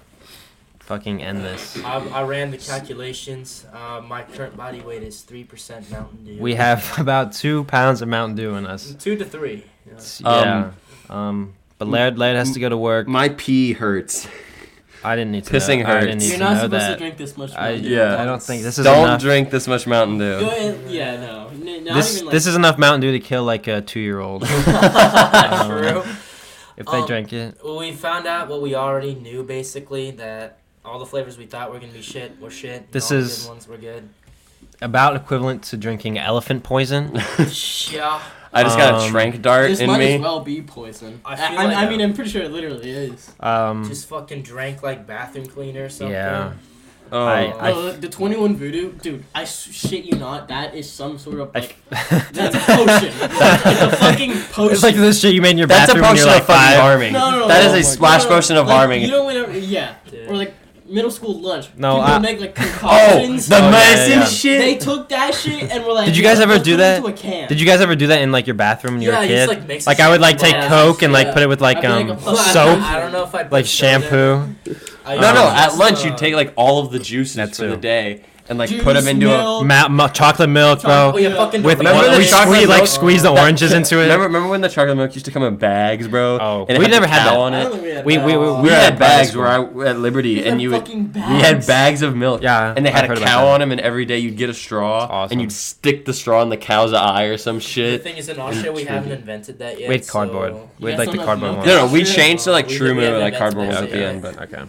fucking end this.
I, I ran the calculations. Uh, my current body weight is three percent Mountain Dew.
We have about two pounds of Mountain Dew in us.
two to three. Yeah.
Yeah. Um. But Laird, Laird has to go to work.
My pee hurts.
I didn't need to.
Pissing
know. I didn't
hurts.
need
You're
to
not
know
supposed
that.
to drink this much.
I,
Mountain Dew.
Yeah.
I don't think this is
Don't
enough.
drink this much Mountain Dew.
Go ahead- Yeah, no. N- not
this
even, like,
this is enough Mountain Dew to kill like a two year old
True.
if they
Um,
drink it.
Well, we found out what we already knew, basically, that all the flavors we thought were gonna be shit were shit. and
This
all the
is-
good ones were good.
About equivalent to drinking elephant poison.
yeah.
I just got
Um,
a trank dart
This
in
might
me.
as well be poison.
I
I,
feel
I,
like-
I mean, I'm pretty sure it literally is.
Um,
Just fucking drank like bathroom cleaner or something.
yeah,
Oh,
I-
No, look, the 21 voodoo, dude. I s- shit you not. That is some sort of
I
like. that's a potion. it's a fucking potion.
it's like this shit you made in your
That's a
bathroom when you're
potion
like
of fucking
five.
harming.
No, no, no.
That
no,
is a
no,
splash
no,
potion of
like,
harming.
You know whenever, yeah,
Dude.
or like middle school lunch.
No,
people
I-
make like
Oh,
concoctions.
the
Oh, yeah,
medicine
yeah.
shit.
They took that shit and were like.
Did you
"Yeah,
guys ever
let's
do
put it
that?
Into a can.
Did you guys ever do that in like your bathroom when you
Yeah,
were a
you just,
kid?
like, mix the
Like I would
shit
like
in
take
glass.
Coke and like
Yeah.
put it with like
I'd be
um
like a fuck.
soap,
I don't know if I'd
like
put soda.
shampoo.
I
No, no.
usually
At
just,
lunch,
uh,
you take like all of the juices
um, That
for the
too.
day and like put them
Juice,
into a.
milk,
Ma- mu- chocolate milk, bro.
chocolate-
Oh yeah, fucking
With
Remember
one-
the
we
chocolate
squeeze like
milk?
squeeze the
That-
oranges into
Remember,
it.
remember when the chocolate milk used to come in bags, bro?
Oh,
And it
we
had the
never had
cow
that.
on
I don't
it.
think had
We
that.
we
Oh,
We
were
had
at
bags
school.
where I, at Liberty,
these
and
are
you would,
fucking
we had
bags.
bags of milk.
Yeah,
and they
I've
had
heard
a
about
cow
that.
on them, and every day you'd get a straw,
awesome.
and you'd stick the straw in the cow's eye or some
The
shit.
thing is, in our shit, we haven't invented that yet.
We had cardboard.
so-
We
Yeah,
had like the
some
cardboard
of
one.
them.
No, no, we
Shit.
changed to like
We-
True
we
Moon
had
or like
that
Cardboard
back
was at the
then.
end, but
Okay.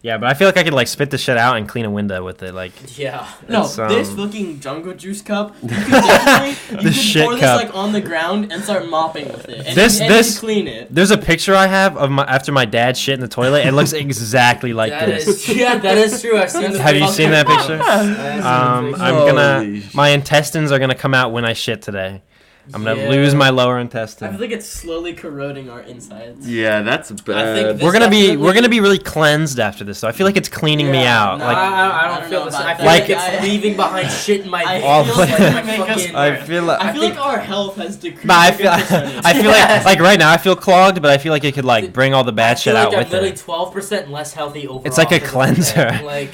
Yeah, but I feel like I could like spit this shit out and clean a window with it. Like
Yeah.
No,
It's, um,
this fucking jungle juice cup. You could definitely, you
The
could
shit
pour
cup.
this like on the ground and start mopping with it. And
This-
you- and
this-
you clean it.
There's a picture I have of my after my dad shit in the toilet. It looks exactly like
That
this.
is- yeah, that is true. I've seen. the
Have you
fucking
seen that
photos.
picture?
I have seen the
Um,
picture.
I'm
Holy
gonna
sh-
my intestines are gonna come out when I shit today. I'm gonna
Yeah.
lose my
I
lower
feel
intestine.
like it's slowly corroding our insides.
yeah, that's bad.
this-
We're gonna be
definitely-
we're gonna be really cleansed after this. So I feel like it's cleaning me
Yeah,
out.
no,
like
I, I- I don't,
I don't
feel
know
this.
about
I
that.
feel like it's
Like, I-
leaving behind shit in my.
I
All
feel
of
like
it.
we make us
fucking-
I
I
feel,
feel like.
I
I
feel like our health has decreased.
Nah, I
a good
feel,
percentage.
I feel like like right now I feel clogged, but I feel like it could like bring all the
I
bad shit
feel like
out
I'm
with
literally
it.
twelve percent less healthy overall.
It's like a
after the
cleanser.
pandemic. Like,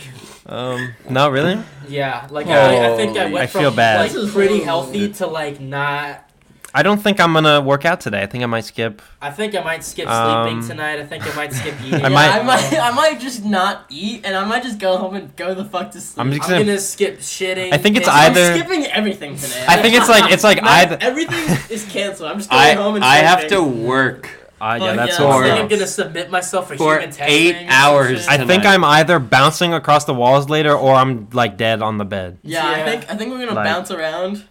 Um, no, really.
yeah, like I, I think I
Holy-
went
Oh, I
from
feel bad.
like pretty healthy to like not.
I don't think I'm gonna work out today. I think I might skip.
I think I might skip
Um,
sleeping tonight. I think I might skip eating.
yeah,
I might-
I might, I might just not eat, and I might just go home and go the fuck to sleep.
I'm
I'm,
just
I'm gonna skip shitting.
I think it's
pissing.
either-
skipping everything today.
I think it's like it's like
No,
either.
everything is canceled. I'm just going
I
home and
I have to
sleeping.
work
Uh, yeah,
Oh,
that's
yeah,
all.
I think
or-
I'm gonna submit myself for,
for
human testing.
eight
or some
hours.
shit.
I think
tonight.
I'm either bouncing across the walls later, or I'm like dead on the bed
Yeah,
Yeah.
I think I think we're gonna
Like-
bounce around.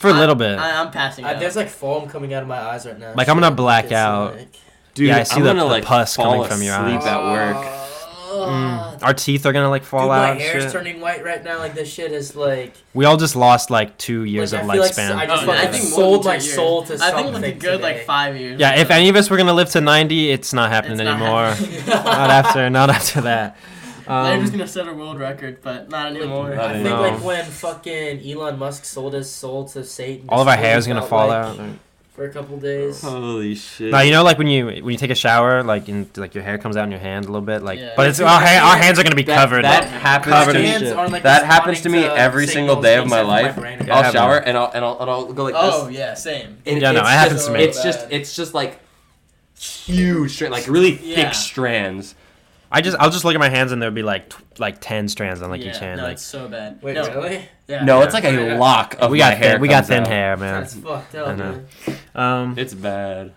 for a
I-
little bit.
I, I'm passing
Uh,
out.
there's like foam coming out of my eyes right now.
Like, I'm gonna
Shit,
black
it's
out.
like-
Dude,
Yeah, I see
am
the-
gonna
the
like
pus
fall
coming from your
asleep
eyes.
at work.
Ugh.
Mm. Our teeth are gonna like fall
uh,
out.
Dude, my
and
hair's
shit.
turning white right now. Like this shit is like.
We all just lost like two years
like,
of
I feel like
lifespan.
I just
Oh, yeah.
fucking
I think more
sold
than
my
two years.
soul to
I
something.
think like a good
today.
like five years.
yeah, if any of us were gonna live to ninety, it's not happening
It's not
anymore.
happening.
not after, not after that.
They're just
Um,
gonna set a world record, but not
Like,
anymore.
Not
I think
anymore.
like when fucking Elon Musk sold his soul to Satan.
all of our
that's what
hair is
he
gonna
felt
fall
like
out.
for a couple days.
Holy shit.
No, you know, like when you when you take a shower, like in, like your hair comes out in your hand a little bit, like.
Yeah.
But it's our, ha- our hands are gonna be
That-
covered.
That
like,
happens
covered
to
in
me.
shit.
are, like,
that happens to me
responding to
every single
signals
day of
being
my
sent from
life.
my brain.
Yeah, I
I'll
have
shower
one.
and I'll and I'll, and I'll go like
Oh
this.
yeah, same.
And
Yeah, no,
it's
it happens
just-
to me.
It's just it's just like huge strand, like really
Yeah.
thick strands.
I just I'll just look at my hands and there'll be like tw- like ten strands on like
yeah,
each hand.
no,
like
it's so bad.
Wait,
no,
really?
Yeah.
No, it's like a lock of
we
my
got
hair.
thin, we got
comes
thin
out.
hair, man.
That's fucked
I
up.
know.
man.
Um,
It's bad.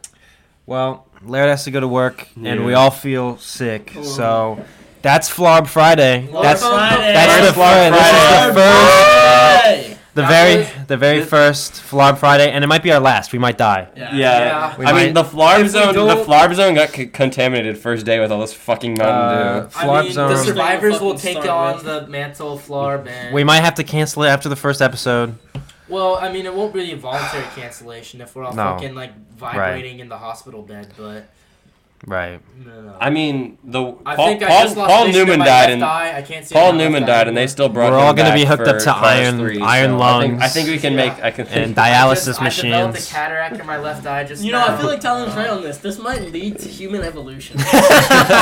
well, Laird has to go to work, and
Yeah.
we all feel sick.
Ooh.
So that's Flob Friday.
Well,
That's
Flob
Friday.
that's the
First Flob
Friday. This is the
Friday.
first. The
That
very, the very
this-
first Flob Friday, and it might be our last. We might die.
Yeah.
Yeah.
We
I
might-
mean, the flarb
If we
zone. The
don't-
flarb zone got c- contaminated first day with all this fucking Mountain
Uh,
Dew.
I
Flarb
mean,
zone.
the survivors will
Fucking
take
start
on
with.
the mantle of Flarb, and
We might have to cancel it after the first episode.
well, I mean, it won't be a voluntary cancellation if we're all
No.
fucking like vibrating in the hospital bed, but
Right.
no, no.
I mean, the
I
Paul,
think I
Paul,
just lost
Paul
vision of
Newman
my
died
left
in
eye. I can't see.
Paul
my left
Newman
eye
died, and
anymore.
they still brought.
We're all
him
gonna
back
be hooked up
for
to
Class
iron-
three,
iron
so I think, I
lungs
think we can make. I can
And
think.
I
dialysis
just- I developed a
machines.
cataract in my left eye. Just
You know, I
now.
feel like Talon's right on this. This might lead to human evolution.
We-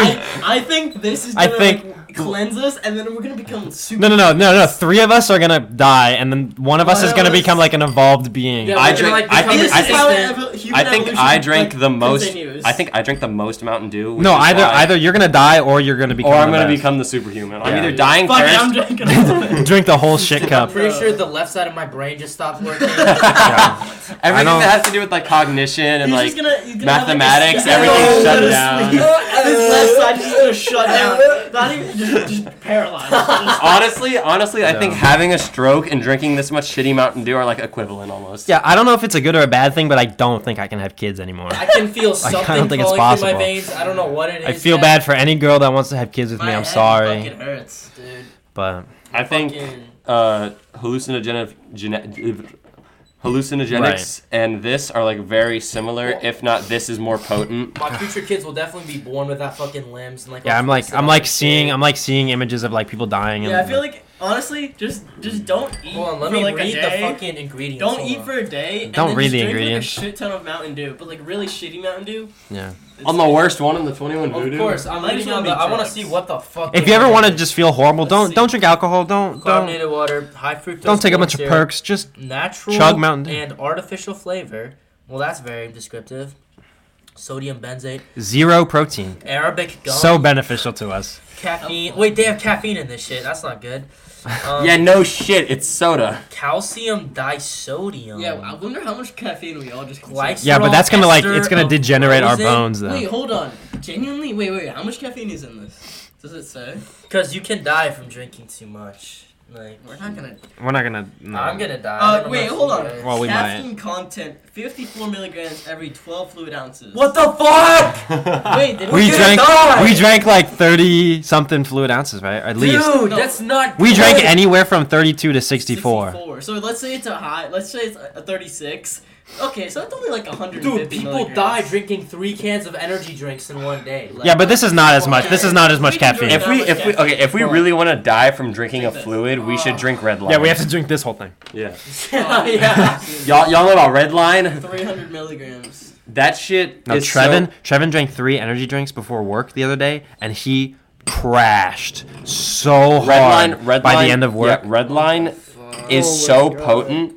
I, I think this is
I
gonna
think-
like, cleanse us, and then we're gonna become super.
No, no, no, no, no. Three of us are gonna die, and then one of us
One
is
of
gonna
us-
become like an evolved being.
Yeah,
I
we're gonna,
drink-
like,
I
become
think-
This
I
is
think-
how
consistent.
evo- human
I think
evolution,
I drank
like,
the most.
continues.
I think I drank the most Mountain Dew. which
No,
is
either
why-
either you're gonna die or you're gonna become.
or I'm
the
gonna
best.
become the superhuman. I'm
Yeah.
either dying
Fuck it,
first.
I'm drinking. all
Drink the whole shit
I'm
cup.
pretty
No.
sure the left side of my brain just stopped working.
Yeah. I
Everything
don't-
that has to do with like cognition and
He's
like
just gonna, he's gonna have,
mathematics,
like, a
everything
step-
shut
Go to
down.
sleep. His left side just gonna shut down. Not even just, just paralyzed. Just-
honestly, honestly, I think
No.
having a stroke and drinking this much shitty Mountain Dew are like equivalent almost.
Yeah, I don't know if it's a good or a bad thing, but I don't think I can have kids anymore.
I can feel something
don't think it's
crawling through
possible.
my veins. I don't know what it is.
I feel
yet.
bad for any girl that wants to have kids with me.
My
I'm
head
sorry,
Fucking hurts.
dude.
but
I think
Fucking-
uh, hallucinogenic. Gene- Hallucinogenics and this are like very similar,
Well-
if not, this is more potent.
My future kids will definitely be born without fucking limbs and like.
yeah,
all
I'm like
twisted
I'm
up
like
and
seeing
shit.
I'm like seeing images of like people dying. And
Yeah, I feel like honestly, just just don't eat
Hold on, let
for
me
like
read
a
the
day.
fucking ingredients.
don't
Hold
eat
on.
for a day. And
Don't
then
read
just
the
drink,
ingredients.
Like a shit ton of Mountain Dew, but like really shitty Mountain Dew.
Yeah.
It's-
I'm the worst one in the 21
Of
Voodoo.
course, I'm
Might as
reading
well
on
be
the. I want to
drugs.
see what the fuck.
if
they
you ever
have.
want to just feel horrible,
Let's
don't
see.
don't drink alcohol. Don't don't
Carbonated water, high fructose.
don't take a
corn
bunch of
syrup,
perks. Just
Natural
Chug Mountain Dew.
and artificial flavor. Well, that's very descriptive. Sodium benzate,
zero protein.
Arabic gum,
So beneficial to us.
caffeine. Wait, they have caffeine in this shit. That's not good. Um,
Yeah, no shit, it's soda.
calcium disodium.
Yeah, I wonder how much caffeine we all just
Glycerol
consume.
Yeah, but that's gonna like
ester
it's gonna
of
degenerate our
rosin.
bones though.
Wait, hold on. Genuinely, wait, wait. How much caffeine is in this? Does it say?
Cause you can die from drinking too much. Like
We're not gonna.
We're not gonna. No.
I'm gonna die. I
Uh,
don't know
wait,
if
hold
you
on.
guys-
Well, we might.
caffeine content: 54 milligrams every 12 fluid ounces.
What the fuck?
Wait, did
We
We're
drank.
gonna die!
We drank like thirty something fluid ounces, right? At least
Dude,
No.
that's not.
we drank
good.
anywhere from thirty-two to sixty-four.
So let's say it's a high. Let's say it's a a 36. Okay, so it's only like 150
Dude, people
milligrams.
die drinking three cans of energy drinks in one day. Like,
Yeah, but this is not as much. This is not as much
We can drink
caffeine.
If we, if we, okay, if we
Well-
really want to die from drinking a
Drink this.
fluid, we should drink red line.
Yeah, we have to drink this whole thing.
Yeah.
Oh,
yeah.
Y'all, y'all know about red line?
300 milligrams.
That shit
Now,
is
Trevin, Trevin drank three energy drinks before work the other day, and he crashed so
so, red
hard
line, red
by
line,
the end of work.
Yeah, red line is
Oh my
so
God.
potent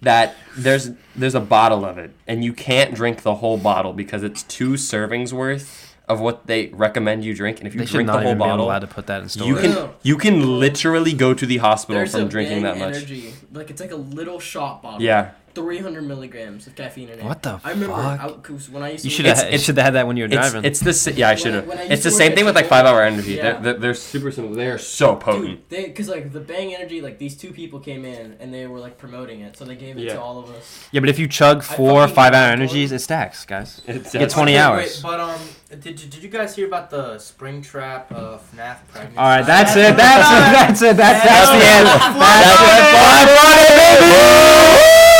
that there's there's a bottle of it, and you can't drink the whole bottle because it's two servings worth of what they recommend you drink. And if you
They should
drink the
not
whole
even be allowed
bottle,
to put that in stores.
you can
No.
you can literally go to the hospital
There's a
from drinking
Bang
that much.
Energy. Like it's like a little shot bottle.
Yeah,
300 milligrams of caffeine in it.
What the
I remember
fuck?
I, 'cause when I used to
You should
work-
have.
it's-
should have had that when you were
It's,
driving.
it's the si- yeah I
When
should
I-
have.
when I
It's
used
the
to
same
work
thing
at
with like
Chipotle.
five hour energy.
Yeah.
They're, they're, they're super simple. They are so potent.
Dude, they because like the Bang Energy, like these two people came in and they were like promoting it, so they gave it
Yeah.
to all of us.
yeah, but if you chug four
fucking
five hour
hate
energies, it stacks, guys.
It's,
You get 20
Wait,
hours.
Wait, but um, did, did you guys hear about the spring trap of FNAF pregnancy?
All right, that's
That's
it. That's it. That's it. That's, that's the end.
That's
That's it. That's it.